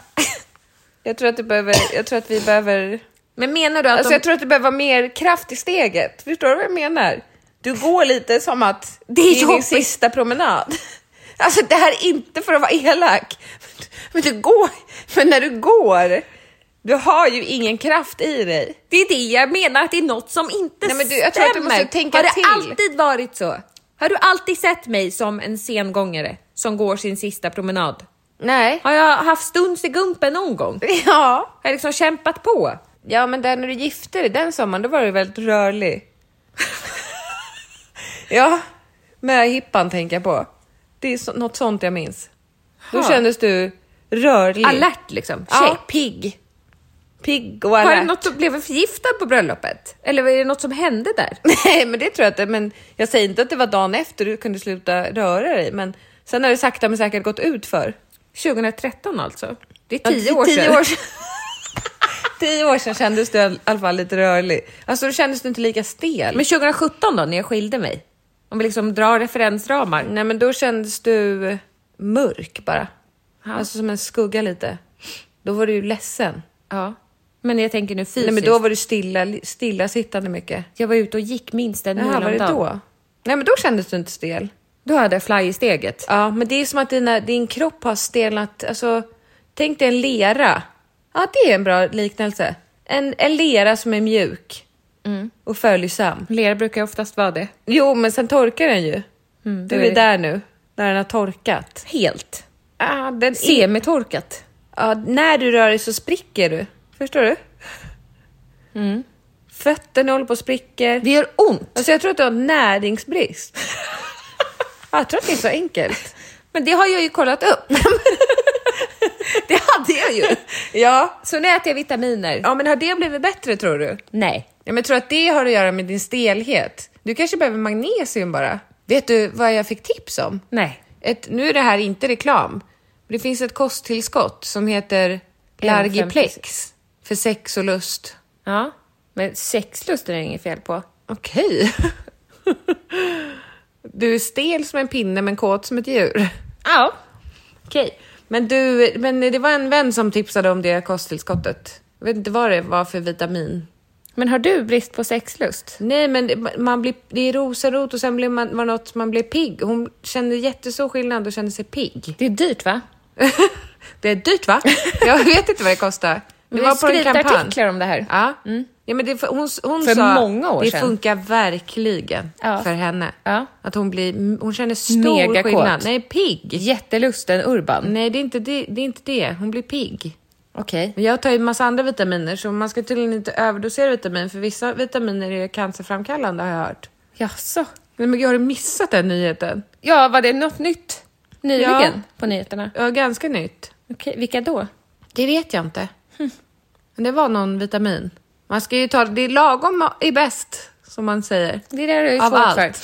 [SPEAKER 1] Jag tror att, du behöver, jag tror att vi behöver...
[SPEAKER 2] Men menar du att
[SPEAKER 1] Alltså
[SPEAKER 2] de...
[SPEAKER 1] jag tror att du behöver vara mer kraft i steget. Förstår du vad jag menar? Du går lite som att det
[SPEAKER 2] är
[SPEAKER 1] är, din
[SPEAKER 2] jobbigt.
[SPEAKER 1] sista promenad. Alltså det här är inte för att vara elak. Men du går, men när du går, du har ju ingen kraft i dig.
[SPEAKER 2] Det är det jag menar, att det är något som inte
[SPEAKER 1] Nej, men du-
[SPEAKER 2] stämmer.
[SPEAKER 1] jag tror att du måste tänka
[SPEAKER 2] Har det
[SPEAKER 1] till.
[SPEAKER 2] alltid varit så? Har du alltid sett mig som en sengångare som går sin sista promenad?
[SPEAKER 1] Nej.
[SPEAKER 2] Har jag haft stunds i gumpen
[SPEAKER 1] <laughs>
[SPEAKER 2] någon gång?
[SPEAKER 1] Ja.
[SPEAKER 2] Har jag liksom kämpat på?
[SPEAKER 1] Ja, men där när du gifte dig den sommaren, då var du väldigt
[SPEAKER 2] <laughs>
[SPEAKER 1] rörlig. ja, med hippan tänker jag på. Det är så, något sånt jag minns. Då kändes du rörlig.
[SPEAKER 2] Alert liksom?
[SPEAKER 1] Ja.
[SPEAKER 2] Tjej, pigg?
[SPEAKER 1] Pigg och
[SPEAKER 2] Var
[SPEAKER 1] alert.
[SPEAKER 2] det något som blev förgiftad på bröllopet? Eller var det något som hände där?
[SPEAKER 1] <laughs> Nej, men det tror jag inte. Men jag säger inte att det var dagen efter du kunde sluta röra dig, men sen har det sakta men säkert gått ut för.
[SPEAKER 2] 2013 alltså? Det
[SPEAKER 1] Ja,
[SPEAKER 2] är tio
[SPEAKER 1] ti-
[SPEAKER 2] år sedan.
[SPEAKER 1] Tio år sedan. Tio år sedan kändes du i all- alla fall lite rörlig. Alltså då kändes du inte lika stel.
[SPEAKER 2] Men 2017 då, när jag skilde mig? Om vi liksom drar referensramar.
[SPEAKER 1] Nej, men då kändes du mörk bara. Alltså som en skugga lite. Då var du ju ledsen.
[SPEAKER 2] Ja. Men jag tänker nu fysiskt.
[SPEAKER 1] Nej, men då var du stilla, stillasittande mycket.
[SPEAKER 2] Jag var ute och gick minst en mil
[SPEAKER 1] Jaha,
[SPEAKER 2] om
[SPEAKER 1] var det
[SPEAKER 2] dagen.
[SPEAKER 1] då? Nej, men då kändes du inte stel.
[SPEAKER 2] Då hade jag fly i steget.
[SPEAKER 1] Ja, men det är som att dina, din kropp har stelnat. Alltså, tänk dig en lera. Ja, det är en bra liknelse. En, en lera som är mjuk
[SPEAKER 2] Mm.
[SPEAKER 1] och följsam.
[SPEAKER 2] Lera brukar oftast vara det.
[SPEAKER 1] Jo, men sen torkar den ju. du
[SPEAKER 2] är
[SPEAKER 1] är,
[SPEAKER 2] Mm, det-
[SPEAKER 1] där nu, när den har torkat.
[SPEAKER 2] Helt.
[SPEAKER 1] Ja, den är,
[SPEAKER 2] Semitorkat.
[SPEAKER 1] ja, när du rör dig så spricker du. Förstår du?
[SPEAKER 2] Mm.
[SPEAKER 1] Fötterna håller på att spricker.
[SPEAKER 2] Det gör ont.
[SPEAKER 1] Alltså, jag tror att du har näringsbrist. Ja, jag tror att det är så enkelt.
[SPEAKER 2] <laughs> Men det har jag ju kollat upp.
[SPEAKER 1] <laughs>
[SPEAKER 2] det hade jag ju.
[SPEAKER 1] Ja.
[SPEAKER 2] Så nu äter jag vitaminer.
[SPEAKER 1] ja, men har det blivit bättre tror du?
[SPEAKER 2] Nej.
[SPEAKER 1] Ja, men jag tror att det har att göra med din stelhet. Du kanske behöver magnesium bara. Vet du vad jag fick tips om?
[SPEAKER 2] Nej.
[SPEAKER 1] Ett, nu är det här inte reklam. men Det finns ett kosttillskott som heter Largiplex för sex och lust.
[SPEAKER 2] Ja. Men sexlust är det inget fel på.
[SPEAKER 1] Okej. Du är stel som en pinne men kåt som ett djur.
[SPEAKER 2] Ja.
[SPEAKER 1] Okej. Men, du, men det var en vän som tipsade om det kosttillskottet. Jag vet inte vad det var för vitamin.
[SPEAKER 2] Men har du brist på sexlust?
[SPEAKER 1] Nej, men det- man blir, det är rosenrot och sen blir man, var något, man blir pigg. Hon kände jättestor skillnad och kände sig pigg.
[SPEAKER 2] Det är dyrt va?
[SPEAKER 1] <laughs> Det är dyrt va? Jag vet inte vad det kostar. Det
[SPEAKER 2] Vi
[SPEAKER 1] var på en
[SPEAKER 2] skriver
[SPEAKER 1] kampanj.
[SPEAKER 2] artiklar om det här. Mm.
[SPEAKER 1] Ja. ja men det, hon hon
[SPEAKER 2] För
[SPEAKER 1] sa
[SPEAKER 2] många år
[SPEAKER 1] det
[SPEAKER 2] sedan.
[SPEAKER 1] funkar verkligen
[SPEAKER 2] Ja.
[SPEAKER 1] för henne.
[SPEAKER 2] Ja.
[SPEAKER 1] Att hon, blir, hon känner stor
[SPEAKER 2] Megakåt.
[SPEAKER 1] skillnad. Nej, pigg.
[SPEAKER 2] Jättelusten Urban.
[SPEAKER 1] Nej, det är, inte det, det är inte det. Hon blir pigg.
[SPEAKER 2] Okej.
[SPEAKER 1] Men Jag tar ju en massa andra vitaminer, så man ska tydligen inte överdosera vitamin, för vissa vitaminer är cancerframkallande har jag hört.
[SPEAKER 2] Jaså?
[SPEAKER 1] Nej, men jag har missat den nyheten.
[SPEAKER 2] Ja, var det något nytt nyligen
[SPEAKER 1] Ja.
[SPEAKER 2] på nyheterna?
[SPEAKER 1] Ja, ganska nytt.
[SPEAKER 2] Okej, vilka då?
[SPEAKER 1] Det vet jag inte. Men det var någon vitamin. Man ska ju ta det är lagom är bäst, som man säger.
[SPEAKER 2] Det där är ju
[SPEAKER 1] Av
[SPEAKER 2] svårt
[SPEAKER 1] allt.
[SPEAKER 2] för.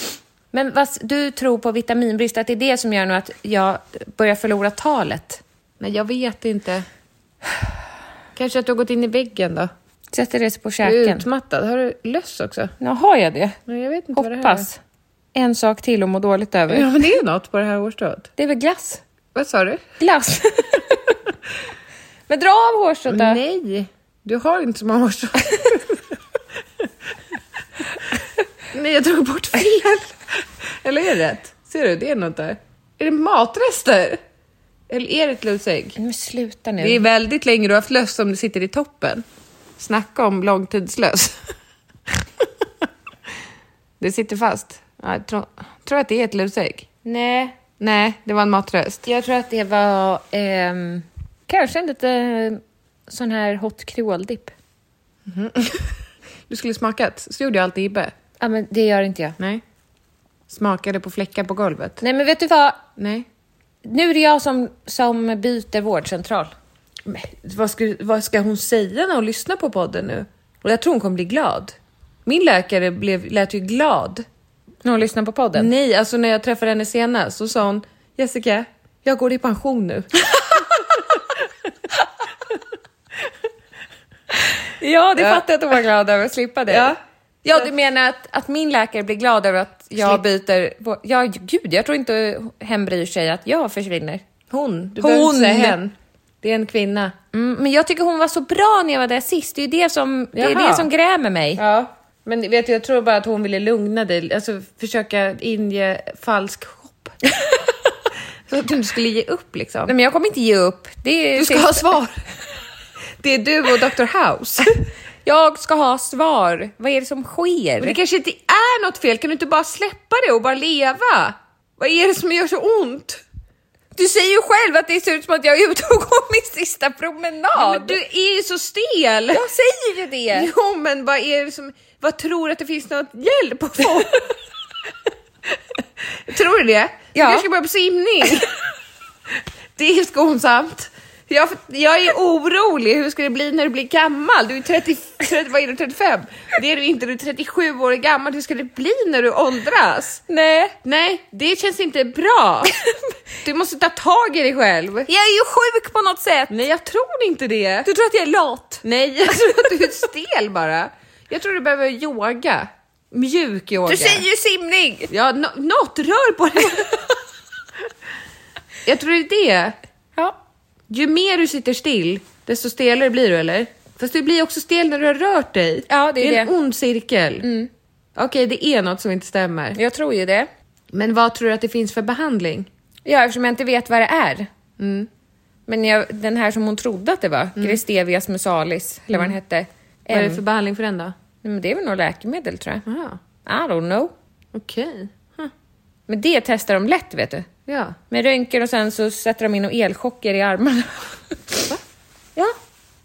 [SPEAKER 2] Men vad, s- du tror på vitaminbrist, att det är det som gör nu att jag börjar förlora talet?
[SPEAKER 1] Nej, jag vet inte. Kanske att du har gått in i väggen då?
[SPEAKER 2] Sätter det sig på
[SPEAKER 1] Du är
[SPEAKER 2] käken?
[SPEAKER 1] utmattad. Har du löss också?
[SPEAKER 2] Nu har jag det.
[SPEAKER 1] Nej, jag vet inte vad det här Mm.
[SPEAKER 2] Hoppas. En sak till att må dåligt över.
[SPEAKER 1] är. Ja, men det är något på det här hårstrået.
[SPEAKER 2] Det är väl glass?
[SPEAKER 1] Vad sa du? <laughs>
[SPEAKER 2] Glass! Men dra av hårstrået då.
[SPEAKER 1] Nej, du har inte så många hårstrån. Nej, jag drog bort fel. Eller är det rätt? Ser du, det är något där. Är det matrester? Eller är det ett lusägg?
[SPEAKER 2] Men sluta nu.
[SPEAKER 1] Det är väldigt länge du har haft löss som sitter i toppen. Snacka om långtidslöss. det sitter fast. Ja, Jag tror, tror att det är ett lusägg.
[SPEAKER 2] Nej,
[SPEAKER 1] Nej, det var en matrest.
[SPEAKER 2] jag tror att det var ehm, kanske en lite eh, sån här hot kreoldipp.
[SPEAKER 1] Du skulle smakat, så gjorde jag alltid Ibbe.
[SPEAKER 2] Ja, men det gör inte jag.
[SPEAKER 1] Nej. Smakade på fläckar på golvet.
[SPEAKER 2] Nej, men vet du vad?
[SPEAKER 1] Nej.
[SPEAKER 2] Nu är det jag som, som byter vårdcentral.
[SPEAKER 1] Men, vad, ska, vad ska hon säga när hon lyssnar på podden nu? Och jag tror hon kommer bli glad. Min läkare blev, lät ju glad.
[SPEAKER 2] När hon lyssnar på podden.
[SPEAKER 1] Nej, alltså när jag träffade henne senast så sa hon Jessica, jag går i pension nu.
[SPEAKER 2] <laughs> Ja, det
[SPEAKER 1] Ja.
[SPEAKER 2] fattar jag att hon var glad över att slippa det.
[SPEAKER 1] Ja.
[SPEAKER 2] Ja, du menar att, att min läkare blir glad över att jag
[SPEAKER 1] Slipp-
[SPEAKER 2] byter... vår- Ja, gud, jag tror inte hen bryr sig att jag försvinner.
[SPEAKER 1] Hon, du
[SPEAKER 2] Hon.
[SPEAKER 1] behöver inte säga hen. Det är en kvinna.
[SPEAKER 2] Mm, men jag tycker hon var så bra när jag var där sist. Det är det som, det är
[SPEAKER 1] Jaha.
[SPEAKER 2] det som grämer mig.
[SPEAKER 1] Ja, men vet du, jag tror bara att hon ville lugna dig, alltså försöka inge falsk hopp. <laughs> så att du inte skulle ge upp liksom.
[SPEAKER 2] Nej, men jag kommer inte ge upp. Det är
[SPEAKER 1] Du ska
[SPEAKER 2] sista-
[SPEAKER 1] ha svar. <laughs> Det är du och Dr. House.
[SPEAKER 2] <laughs> Jag ska ha svar. Vad är det som sker?
[SPEAKER 1] Men det kanske inte är något fel, kan du inte bara släppa det och bara leva? Vad är det som gör så ont?
[SPEAKER 2] Du säger ju själv att det ser ut som att jag är ute och går min sista promenad.
[SPEAKER 1] Men du är ju så stel!
[SPEAKER 2] Jag säger ju det!
[SPEAKER 1] <laughs> Jo men vad är det som, vad tror du att det finns något hjälp att få? <laughs> tror du det? Du
[SPEAKER 2] Ja.
[SPEAKER 1] kanske ska börja på simning? <laughs> det är skonsamt. Jag, jag är orolig, hur ska det bli när du blir gammal? Du är 30, 30 vad är du, 35? Det är du inte, du är 37 år gammal, hur ska det bli när du åldras?
[SPEAKER 2] Nej.
[SPEAKER 1] Nej, det känns inte
[SPEAKER 2] <laughs>
[SPEAKER 1] bra. Du måste ta tag i dig själv.
[SPEAKER 2] Jag är ju sjuk på något sätt!
[SPEAKER 1] Nej, jag tror inte det.
[SPEAKER 2] Du tror att jag är lat?
[SPEAKER 1] Nej, jag tror att du är stel bara. Jag tror du behöver yoga. Mjuk yoga.
[SPEAKER 2] Du säger ju simning!
[SPEAKER 1] Ja, nå- något rör på dig. jag tror det är det.
[SPEAKER 2] Ja.
[SPEAKER 1] Ju mer du sitter still, desto stelare blir du, eller? Fast du blir också stel när du har rört dig.
[SPEAKER 2] Ja, det är
[SPEAKER 1] en
[SPEAKER 2] det. Mm.
[SPEAKER 1] ond cirkel. Okej, det är något som inte stämmer.
[SPEAKER 2] Jag tror ju det.
[SPEAKER 1] Men vad tror du att det finns för behandling? Mm.
[SPEAKER 2] Ja, eftersom jag inte vet vad det är. Men jag, den här som hon trodde att det var, Gristevias musalis, eller vad den hette.
[SPEAKER 1] Mm. Vad är
[SPEAKER 2] em,
[SPEAKER 1] det för behandling för den då?
[SPEAKER 2] nej, men det är väl nog läkemedel tror jag.
[SPEAKER 1] Aha,
[SPEAKER 2] I don't know.
[SPEAKER 1] okej.
[SPEAKER 2] Men det testar de lätt vet du.
[SPEAKER 1] Ja.
[SPEAKER 2] Med röntgen och sen så sätter de in och elchocker i armarna. Va? <laughs> Ja.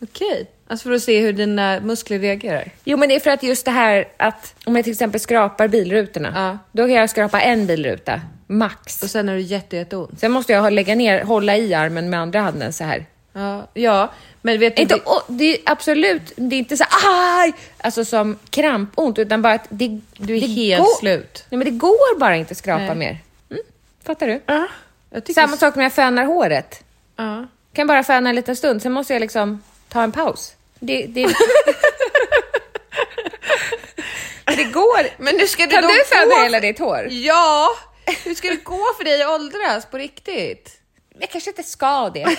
[SPEAKER 1] Okej. Alltså för att se hur dina muskler reagerar.
[SPEAKER 2] Jo men det är för att just det här att om jag till exempel skrapar bilrutorna,
[SPEAKER 1] Ja.
[SPEAKER 2] då kan jag skrapa en bilruta, max.
[SPEAKER 1] Och sen har du jätte, jätteont.
[SPEAKER 2] Sen måste jag ha- lägga ner, hålla i armen med andra handen så här.
[SPEAKER 1] Ja, ja, men vet du...
[SPEAKER 2] Inte,
[SPEAKER 1] det-
[SPEAKER 2] åh, det är absolut, det är inte så här, aj! Alltså som krampont, utan bara att det...
[SPEAKER 1] Du är
[SPEAKER 2] det
[SPEAKER 1] helt
[SPEAKER 2] går-
[SPEAKER 1] slut.
[SPEAKER 2] Nej men det går bara inte att skrapa
[SPEAKER 1] Nej.
[SPEAKER 2] mer. Mm, fattar du?
[SPEAKER 1] Ja, jag tycker...
[SPEAKER 2] Samma sak när jag fönar håret.
[SPEAKER 1] Ja.
[SPEAKER 2] Kan bara föna en liten stund, sen måste jag liksom ta en paus. Det,
[SPEAKER 1] <laughs>
[SPEAKER 2] det... det går.
[SPEAKER 1] Men nu ska du
[SPEAKER 2] kan
[SPEAKER 1] nog
[SPEAKER 2] du föna
[SPEAKER 1] få-
[SPEAKER 2] hela ditt hår?
[SPEAKER 1] Ja,
[SPEAKER 2] Hur ska det gå för dig att åldras på riktigt? Jag kanske inte ska det.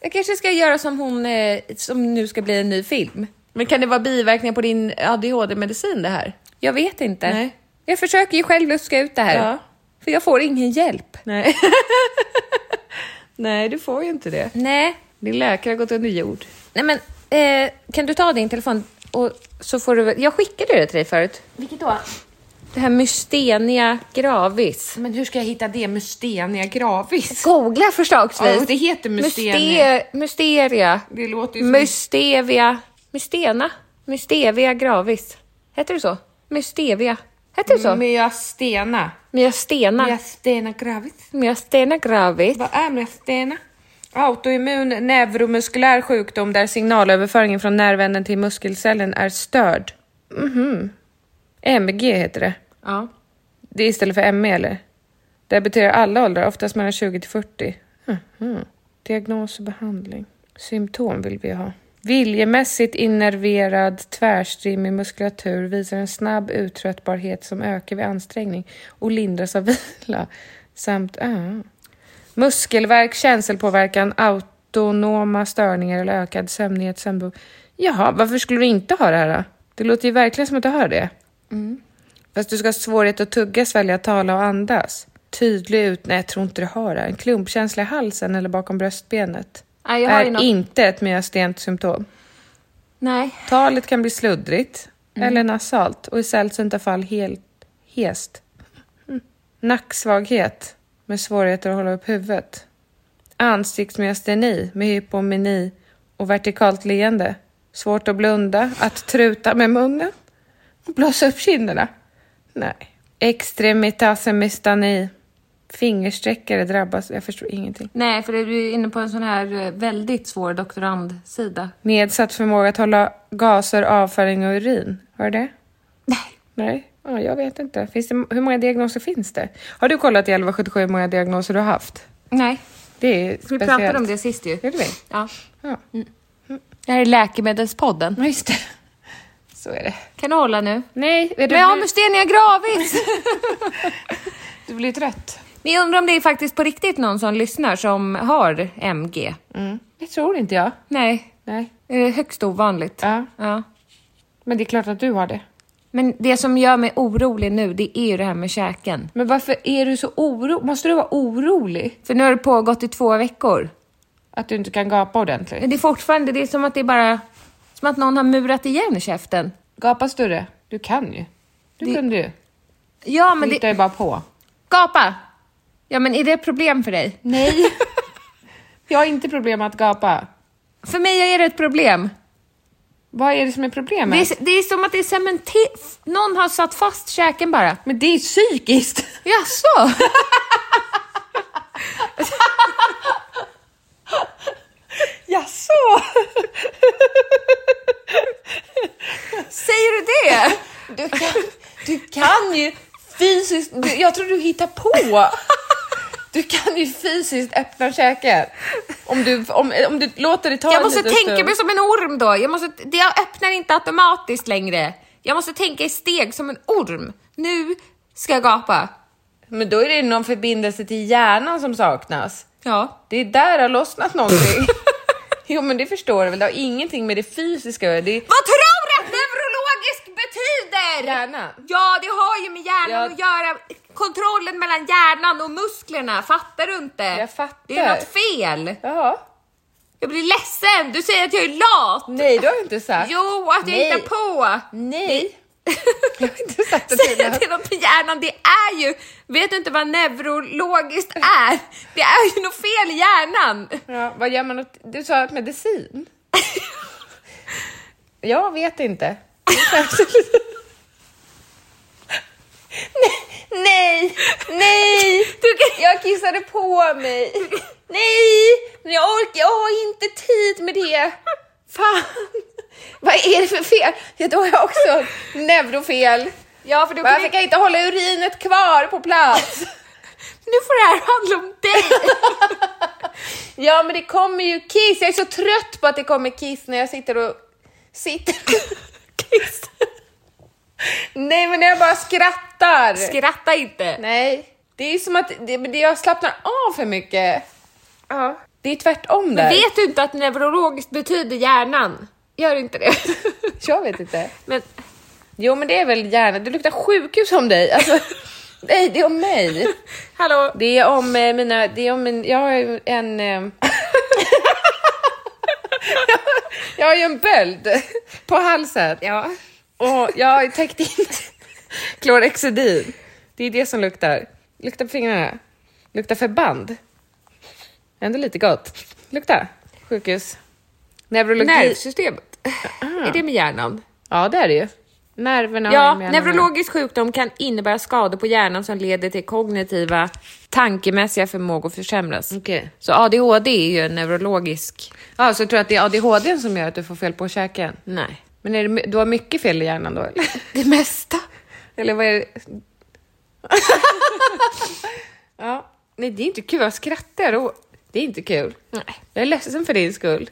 [SPEAKER 2] Jag kanske ska göra som hon eh, som nu ska bli en ny film.
[SPEAKER 1] Men kan det vara biverkningar på din ADHD-medicin det här?
[SPEAKER 2] Jag vet inte.
[SPEAKER 1] Nej.
[SPEAKER 2] Jag försöker ju själv luska ut det här.
[SPEAKER 1] Ja.
[SPEAKER 2] För jag får ingen hjälp.
[SPEAKER 1] Nej. Nej, du får ju inte det.
[SPEAKER 2] Nej,
[SPEAKER 1] Din läkare har gått under jord.
[SPEAKER 2] Nej men, eh, kan du ta din telefon och så får du... Jag skickade det till dig förut.
[SPEAKER 1] Vilket då?
[SPEAKER 2] Det här Mustenia gravis.
[SPEAKER 1] Men hur ska jag hitta det? Mustenia gravis?
[SPEAKER 2] Googla förslagsvis.
[SPEAKER 1] Ja, det heter Mustenia.
[SPEAKER 2] Myste- Mysteria.
[SPEAKER 1] Det låter ju som...
[SPEAKER 2] Mustevia. Mustena. Mustevia gravis. Heter det så? Mustevia. Heter det så?
[SPEAKER 1] Myastena.
[SPEAKER 2] Myastena.
[SPEAKER 1] Myastena gravis.
[SPEAKER 2] Myastena gravis.
[SPEAKER 1] Vad är myastena? Autoimmun neuromuskulär sjukdom där signalöverföringen från nervänden till muskelcellen är störd. Mhm. MG heter det.
[SPEAKER 2] Ja.
[SPEAKER 1] Det är istället för ME eller? Det debuterar alla åldrar, oftast mellan 20 till 40. Mhm. Diagnos och behandling. Symptom vill vi ha. Viljemässigt innerverad tvärstrimmig muskulatur visar en snabb uttröttbarhet som ökar vid ansträngning och lindras av vila. Samt ah. muskelvärk, känselpåverkan, autonoma störningar eller ökad sömnighet, sömnbehov. Jaha, varför skulle du inte ha det här då? Det låter ju verkligen som att du har det. Fast du ska ha svårighet att tugga, svälja, tala och andas. Tydlig ut... Nej, jag tror inte du har det. En klumpkänsla i halsen eller bakom bröstbenet.
[SPEAKER 2] Nej, jag har ju
[SPEAKER 1] är
[SPEAKER 2] något-
[SPEAKER 1] inte ett myastent symptom.
[SPEAKER 2] Nej.
[SPEAKER 1] Talet kan bli sluddrigt eller nasalt och i sällsynta fall helt hest. Mm. Nacksvaghet med svårigheter att hålla upp huvudet. Ansiktsmyasteni med hypomeni och vertikalt leende. Svårt att blunda, att truta med munnen och blåsa upp kinderna. Nej. Extremitasmystani. Fingersträckare drabbas. Jag förstår ingenting.
[SPEAKER 2] Nej, för du är inne på en sån här eh, väldigt svår doktorandsida.
[SPEAKER 1] Nedsatt förmåga att hålla gaser, avföring och urin. Har du det?
[SPEAKER 2] Nej.
[SPEAKER 1] Nej, ja, jag vet inte. Finns det, hur många diagnoser finns det? Har du kollat i 1177 hur många diagnoser du har haft?
[SPEAKER 2] Nej.
[SPEAKER 1] Det är
[SPEAKER 2] Vi
[SPEAKER 1] speciellt.
[SPEAKER 2] pratade om det sist ju.
[SPEAKER 1] Gjorde vi?
[SPEAKER 2] Ja. Mm.
[SPEAKER 1] Ja,
[SPEAKER 2] Det här är Läkemedelspodden.
[SPEAKER 1] ja just det. Så är det.
[SPEAKER 2] Kan du hålla nu?
[SPEAKER 1] Nej, är du,
[SPEAKER 2] Men jag har Mustenia gravis! <laughs>
[SPEAKER 1] du blir trött.
[SPEAKER 2] Men jag undrar om det är faktiskt på riktigt någon som lyssnar som har MG?
[SPEAKER 1] Det tror inte jag.
[SPEAKER 2] Nej,
[SPEAKER 1] Nej.
[SPEAKER 2] det är högst ovanligt.
[SPEAKER 1] Ja.
[SPEAKER 2] Ja.
[SPEAKER 1] Men det är klart att du har det.
[SPEAKER 2] Men det som gör mig orolig nu, det är ju det här med käken.
[SPEAKER 1] Men varför är du så orolig? Måste du vara orolig?
[SPEAKER 2] För nu har det pågått i två veckor.
[SPEAKER 1] Att du inte kan gapa ordentligt?
[SPEAKER 2] Men det är fortfarande, det är som att det är bara... Som att någon har murat igen käften.
[SPEAKER 1] Gapa större. Du kan ju. Du kunde ju.
[SPEAKER 2] Ja,
[SPEAKER 1] Du
[SPEAKER 2] men
[SPEAKER 1] hittar
[SPEAKER 2] det...
[SPEAKER 1] ju bara på.
[SPEAKER 2] Gapa! Ja, men är det ett problem för dig?
[SPEAKER 1] Nej.
[SPEAKER 2] <laughs>
[SPEAKER 1] jag har inte problem med att gapa.
[SPEAKER 2] För mig är det ett problem.
[SPEAKER 1] Vad är det som är problemet?
[SPEAKER 2] Det är, det är som att det är cementerat. Någon har satt fast käken bara.
[SPEAKER 1] Men det är
[SPEAKER 2] <laughs>
[SPEAKER 1] psykiskt! <laughs>
[SPEAKER 2] Jaså?
[SPEAKER 1] Jaså?
[SPEAKER 2] Säger du det?
[SPEAKER 1] Du kan, du kan ju fysiskt... Du, jag tror du hittar på! Du kan ju fysiskt öppna käken. Om du, om, om du låter det ta
[SPEAKER 2] Jag
[SPEAKER 1] en
[SPEAKER 2] måste
[SPEAKER 1] liten
[SPEAKER 2] tänka
[SPEAKER 1] stund.
[SPEAKER 2] mig som en orm då. Jag, måste, det- jag öppnar inte automatiskt längre. Jag måste tänka i steg som en orm. Nu ska jag gapa.
[SPEAKER 1] Men då är det någon förbindelse till hjärnan som saknas.
[SPEAKER 2] Ja.
[SPEAKER 1] Det är där det har lossnat någonting. <laughs> jo men det förstår du väl, det har ingenting med det fysiska att göra. Det är
[SPEAKER 2] Vad tror du att neurologisk betyder?
[SPEAKER 1] Hjärnan.
[SPEAKER 2] Ja, det har ju med hjärnan
[SPEAKER 1] Ja.
[SPEAKER 2] att göra. Kontrollen mellan hjärnan och musklerna. Fattar du inte?
[SPEAKER 1] Jag fattar.
[SPEAKER 2] Det är något fel.
[SPEAKER 1] Jaha.
[SPEAKER 2] Jag blir ledsen. Du säger att jag är lat.
[SPEAKER 1] Nej, det har jag inte sagt.
[SPEAKER 2] Jo, att jag
[SPEAKER 1] Nej.
[SPEAKER 2] hittar på.
[SPEAKER 1] Nej. Jag har inte sagt att
[SPEAKER 2] Säg
[SPEAKER 1] det är
[SPEAKER 2] att det är något med hjärnan, det är ju, vet du inte vad neurologiskt är? Det är ju något fel i hjärnan.
[SPEAKER 1] Ja, vad gör man åt... Du sa att medicin? <laughs> jag vet <laughs> inte. nej, nej,
[SPEAKER 2] Du kan-
[SPEAKER 1] jag kissade på mig. Nej, men jag orkar, jag har inte tid med det. Fan, <laughs> vad är det för fel? Ja, då har jag också neurofel.
[SPEAKER 2] Ja, för du kan
[SPEAKER 1] Varför
[SPEAKER 2] ju,
[SPEAKER 1] kan jag inte hålla urinet kvar på <laughs> plats?
[SPEAKER 2] nu får det här handla om dig.
[SPEAKER 1] <laughs> Ja, men det kommer ju kiss. Jag är så trött på att det kommer kiss när jag sitter och... <laughs> Sitter... kiss? Nej, men när jag bara skrattar skrattar!
[SPEAKER 2] Skratta inte!
[SPEAKER 1] Nej, det är som att det, men det, jag slappnar av för mycket. Ja. Det är tvärtom där.
[SPEAKER 2] Men vet du inte att neurologiskt betyder hjärnan? Gör inte det.
[SPEAKER 1] <laughs> Jag vet inte.
[SPEAKER 2] Men
[SPEAKER 1] Jo, men det är väl gärna. Det luktar sjukhus om dig.
[SPEAKER 2] <laughs>
[SPEAKER 1] Alltså, nej, det är om mig.
[SPEAKER 2] hallå,
[SPEAKER 1] Det är om eh, mina... Det är om en, jag har ju en... eh, <laughs> jag har ju en böld på halsen.
[SPEAKER 2] Ja.
[SPEAKER 1] Och jag har ju täckt in <laughs> klorexidin. Det är det som luktar. Luktar på fingrarna. Luktar förband. Ändå lite gott. Lukta sjukhus. Neurologi.
[SPEAKER 2] nervsystemet. Är det med hjärnan?
[SPEAKER 1] Ja, det är det ju. Nerverna har
[SPEAKER 2] Ja,
[SPEAKER 1] ju med hjärnan.
[SPEAKER 2] neurologisk sjukdom kan innebära skador på hjärnan som leder till kognitiva, tankemässiga förmågor försämras.
[SPEAKER 1] Okej.
[SPEAKER 2] Så ADHD är ju en neurologisk...
[SPEAKER 1] Ja, så jag tror att det är ADHD som gör att du får fel på käken?
[SPEAKER 2] Nej.
[SPEAKER 1] Men är det, my- du har mycket fel i hjärnan då? eller?
[SPEAKER 2] Det mesta.
[SPEAKER 1] <laughs> Eller vad är det? <laughs> ja. Nej, det är inte kul. Jag skrattar. Och... Det är inte kul.
[SPEAKER 2] Nej.
[SPEAKER 1] Jag är ledsen för din skull.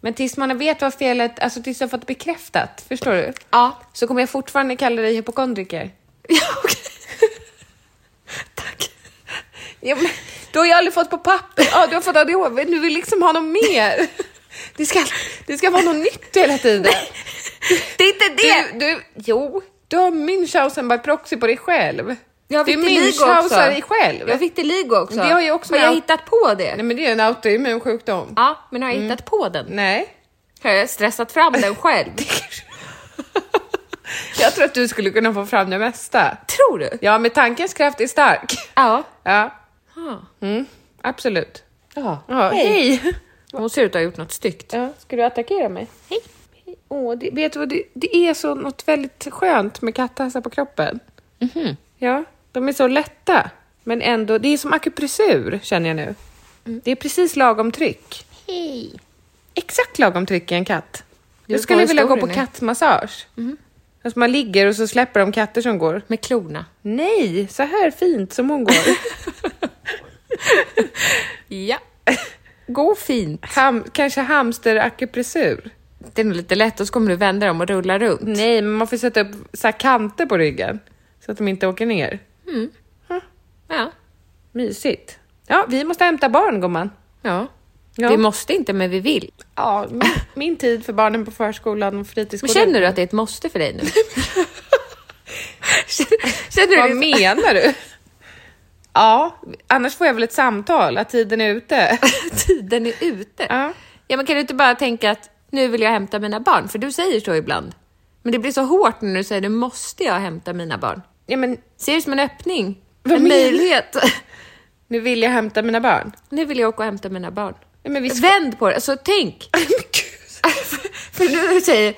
[SPEAKER 1] Men tills man vet vad felet, alltså tills jag har fått bekräftat, förstår du?
[SPEAKER 2] Ja.
[SPEAKER 1] Så kommer jag fortfarande kalla dig hypokondriker.
[SPEAKER 2] Ja, okej. <laughs> Tack.
[SPEAKER 1] Ja, men, du har ju aldrig fått på papper. Ja, du har fått ADHD. Nu vill liksom ha något mer. <laughs> Det ska, det ska vara något nytt hela tiden.
[SPEAKER 2] Det är inte
[SPEAKER 1] Du,
[SPEAKER 2] det!
[SPEAKER 1] du, jo, du har Münchhausen by proxy på dig själv.
[SPEAKER 2] jag
[SPEAKER 1] du
[SPEAKER 2] fick det Ligo också.
[SPEAKER 1] dig själv.
[SPEAKER 2] Jag fick det Ligo också.
[SPEAKER 1] Men det har ju också
[SPEAKER 2] har jag
[SPEAKER 1] med-
[SPEAKER 2] hittat på det?
[SPEAKER 1] Nej men det är en autoimmun sjukdom.
[SPEAKER 2] Ja, men har jag hittat på den?
[SPEAKER 1] Nej.
[SPEAKER 2] Har jag stressat
[SPEAKER 1] <laughs>
[SPEAKER 2] fram den själv?
[SPEAKER 1] Jag tror att du skulle kunna få fram det mesta.
[SPEAKER 2] Tror du?
[SPEAKER 1] Ja, men tankens kraft är stark.
[SPEAKER 2] Ja.
[SPEAKER 1] Ja. Mm, absolut. Ja. Hej!
[SPEAKER 2] Hon ser ut att ha gjort något styggt.
[SPEAKER 1] Ja, ska du attackera mig? Hej. Åh, det, vet du vad, det, det är så något väldigt skönt med katthästar på kroppen. Mhm. Ja, de är så lätta. Men ändå, det är som akupressur känner jag nu. Det är precis lagom tryck.
[SPEAKER 3] Hej.
[SPEAKER 1] Exakt lagom tryck i en katt. Jag
[SPEAKER 2] vet
[SPEAKER 1] skulle
[SPEAKER 2] vad
[SPEAKER 1] vilja gå på
[SPEAKER 2] historien är.
[SPEAKER 1] kattmassage.
[SPEAKER 2] Mhm.
[SPEAKER 1] Alltså man ligger och så släpper de katter som går.
[SPEAKER 2] Med klorna.
[SPEAKER 1] Nej, så här fint som hon
[SPEAKER 2] <laughs>
[SPEAKER 1] går.
[SPEAKER 2] Ja. <laughs> Gå fint.
[SPEAKER 1] Ham, kanske hamsterakupressur.
[SPEAKER 2] Det är nog lite lätt och så kommer du vända dem och rulla runt.
[SPEAKER 1] Nej, men man får sätta upp så här kanter på ryggen så att de inte åker ner.
[SPEAKER 2] Ja.
[SPEAKER 1] Mysigt. Ja, vi måste hämta barn, gumman.
[SPEAKER 2] ja.
[SPEAKER 1] Ja.
[SPEAKER 2] Vi måste inte, men vi vill.
[SPEAKER 1] Ja, min, min tid för barnen på förskolan och
[SPEAKER 2] Men
[SPEAKER 1] fritidsskolan.
[SPEAKER 2] känner du att det är ett måste för dig
[SPEAKER 1] <laughs>
[SPEAKER 2] nu? Känner- känner du
[SPEAKER 1] Vad
[SPEAKER 2] det?
[SPEAKER 1] menar du? Ja, annars får jag väl ett samtal att tiden är
[SPEAKER 2] <laughs>
[SPEAKER 1] ute.
[SPEAKER 2] Tiden är ute.
[SPEAKER 1] Ja.
[SPEAKER 2] Ja, men kan du inte bara tänka att nu vill jag hämta mina barn? För du säger så ibland. Men det blir så hårt när du säger nu måste jag hämta mina barn.
[SPEAKER 1] Ja, men
[SPEAKER 2] Ser det som en öppning?
[SPEAKER 1] Vad
[SPEAKER 2] en
[SPEAKER 1] menar du?
[SPEAKER 2] möjlighet. <laughs>
[SPEAKER 1] nu vill jag hämta mina <laughs> barn.
[SPEAKER 2] Nu vill jag åka och hämta mina barn.
[SPEAKER 1] Ja, men vi ska...
[SPEAKER 2] Vänd på det, alltså tänk. för nu när du säger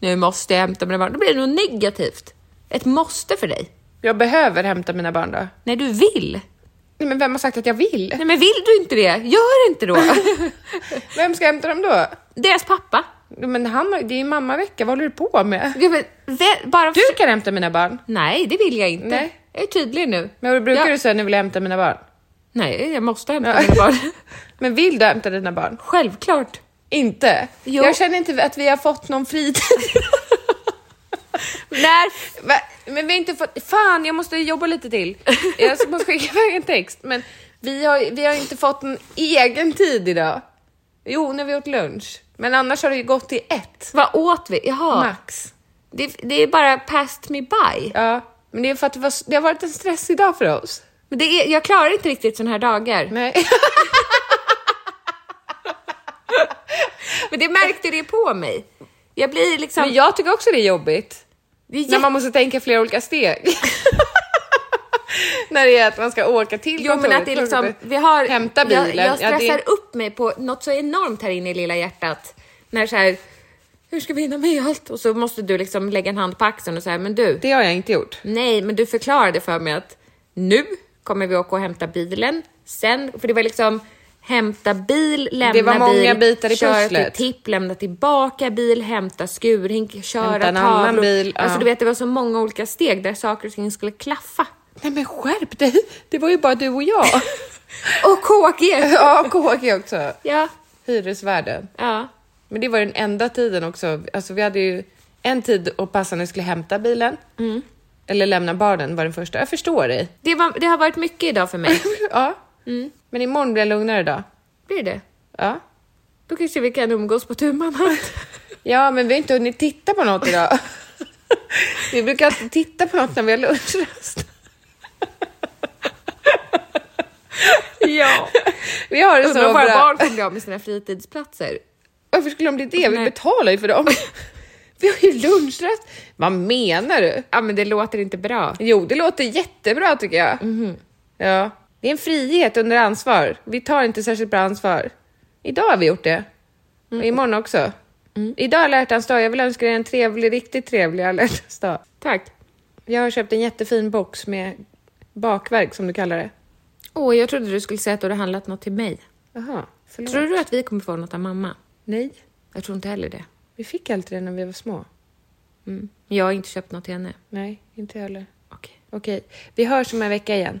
[SPEAKER 2] nu måste jag hämta mina barn, då blir det något negativt. Ett måste för dig.
[SPEAKER 1] Jag behöver hämta mina barn då.
[SPEAKER 2] När du vill.
[SPEAKER 1] Nej, men vem har sagt att jag vill?
[SPEAKER 2] Nej men vill du inte det, gör
[SPEAKER 1] <laughs>
[SPEAKER 2] inte då.
[SPEAKER 1] Vem ska hämta dem då?
[SPEAKER 2] Deras pappa.
[SPEAKER 1] Ja, Men han, har- det är ju mammavecka, vad håller du på med?
[SPEAKER 2] Ja, men, vä- bara
[SPEAKER 1] Du kan hämta mina barn.
[SPEAKER 2] Nej, det vill jag inte.
[SPEAKER 1] Nej.
[SPEAKER 2] Jag är tydlig nu.
[SPEAKER 1] Men brukar
[SPEAKER 2] Ja.
[SPEAKER 1] du säga nu vill jag hämta mina barn?
[SPEAKER 2] Nej, jag måste hämta
[SPEAKER 1] Ja. <laughs>
[SPEAKER 2] mina barn.
[SPEAKER 1] Men vill du hämta dina barn?
[SPEAKER 2] Självklart.
[SPEAKER 1] Inte?
[SPEAKER 2] Jo.
[SPEAKER 1] Jag känner inte att vi har fått någon fritid. <laughs>
[SPEAKER 2] När...
[SPEAKER 1] Va? Men vi har inte fått... Fan, jag måste jobba lite till. Jag måste skicka iväg en text. Men vi har, vi har inte fått en egen tid idag. Jo, när vi åt lunch. Men annars har det ju gått till ett.
[SPEAKER 2] Vad åt vi? Jaha.
[SPEAKER 1] Max.
[SPEAKER 2] Det, det är bara past me by.
[SPEAKER 1] Ja, men det är för att det, var, det har varit en stressig dag för oss.
[SPEAKER 2] Men det är, jag klarar inte riktigt såna här dagar.
[SPEAKER 1] Nej.
[SPEAKER 2] Men det märkte det på mig. Jag blir
[SPEAKER 1] <laughs>
[SPEAKER 2] liksom...
[SPEAKER 1] Men jag tycker också det är jobbigt.
[SPEAKER 2] det är
[SPEAKER 1] När
[SPEAKER 2] jätte-
[SPEAKER 1] man måste tänka flera olika steg. <laughs> när det är att man ska åka till
[SPEAKER 2] Jo men
[SPEAKER 1] kontoret,
[SPEAKER 2] att det är liksom, vi har,
[SPEAKER 1] hämta bilen.
[SPEAKER 2] Jag, jag
[SPEAKER 1] Ja,
[SPEAKER 2] stressar
[SPEAKER 1] det är-
[SPEAKER 2] upp mig på något så enormt här inne i lilla hjärtat. När så här, hur ska vi hinna med allt? Och så måste du liksom lägga en hand på axeln och säga, men du,
[SPEAKER 1] det har jag inte gjort.
[SPEAKER 2] nej, men du förklarade för mig att nu kommer vi åka och hämta bilen. Sen, för det var liksom hämta bil, lämna
[SPEAKER 1] Det var många
[SPEAKER 2] bil,
[SPEAKER 1] bitar i
[SPEAKER 2] köra
[SPEAKER 1] pusslet.
[SPEAKER 2] till tipp, lämna tillbaka bil, hämta skurhink, köra
[SPEAKER 1] Hämta en
[SPEAKER 2] tavlor.
[SPEAKER 1] annan bil, ja.
[SPEAKER 2] Alltså du vet, det var så många olika steg där saker och ting skulle klaffa.
[SPEAKER 1] Nej men skärp dig! Det var ju bara du och jag.
[SPEAKER 2] <laughs> Och <laughs> KG!
[SPEAKER 1] <laughs> ja, KG också.
[SPEAKER 2] Ja,
[SPEAKER 1] Hyresvärden.
[SPEAKER 2] ja.
[SPEAKER 1] Men det var
[SPEAKER 2] Mm.
[SPEAKER 1] den enda tiden också. Alltså vi hade ju en tid och passa när jag skulle hämta bilen. eller lämna barnen var den första. Jag förstår dig. <laughs>
[SPEAKER 2] Det, var, det har varit mycket idag för mig.
[SPEAKER 1] ja.
[SPEAKER 2] Mm.
[SPEAKER 1] Men imorgon blir det en lugnare dag.
[SPEAKER 2] Blir det?
[SPEAKER 1] Ja.
[SPEAKER 2] Då kanske vi kan umgås på tu man hand.
[SPEAKER 1] ja, men vi har inte hunnit titta på något idag. vi brukar alltid titta på något när vi har lunchrast.
[SPEAKER 2] <laughs> Ja.
[SPEAKER 1] Vi har det så
[SPEAKER 2] Undrar om våra
[SPEAKER 1] bra.
[SPEAKER 2] barn kommer bli av med sina fritidsplatser.
[SPEAKER 1] Varför skulle de bli det? Vi
[SPEAKER 2] Nej.
[SPEAKER 1] betalar ju för
[SPEAKER 2] <laughs>
[SPEAKER 1] dem. Vi har ju lunchrast. Vad menar du?
[SPEAKER 2] Ja, men det låter inte bra. Mhm.
[SPEAKER 1] Jo, det låter jättebra tycker jag. Ja. Det är en frihet under ansvar. Vi tar inte särskilt bra ansvar. Idag har vi gjort det.
[SPEAKER 2] Mm.
[SPEAKER 1] Och imorgon också. Idag är alla hjärtans dag. Jag vill önska dig en trevlig, riktigt trevlig alla hjärtans dag.
[SPEAKER 2] Tack.
[SPEAKER 1] Jag har köpt en jättefin box med bakverk som du kallar det.
[SPEAKER 2] Åh, jag trodde du skulle säga att du hade handlat något till mig.
[SPEAKER 1] Jaha, förlåt.
[SPEAKER 2] Tror du att vi kommer få något av mamma?
[SPEAKER 1] Nej,
[SPEAKER 2] Jag tror inte heller det.
[SPEAKER 1] vi fick alltid det när vi var små.
[SPEAKER 2] Jag har inte köpt något till henne.
[SPEAKER 1] Nej, inte heller.
[SPEAKER 2] Okej.
[SPEAKER 1] Okej, vi hörs om en vecka igen.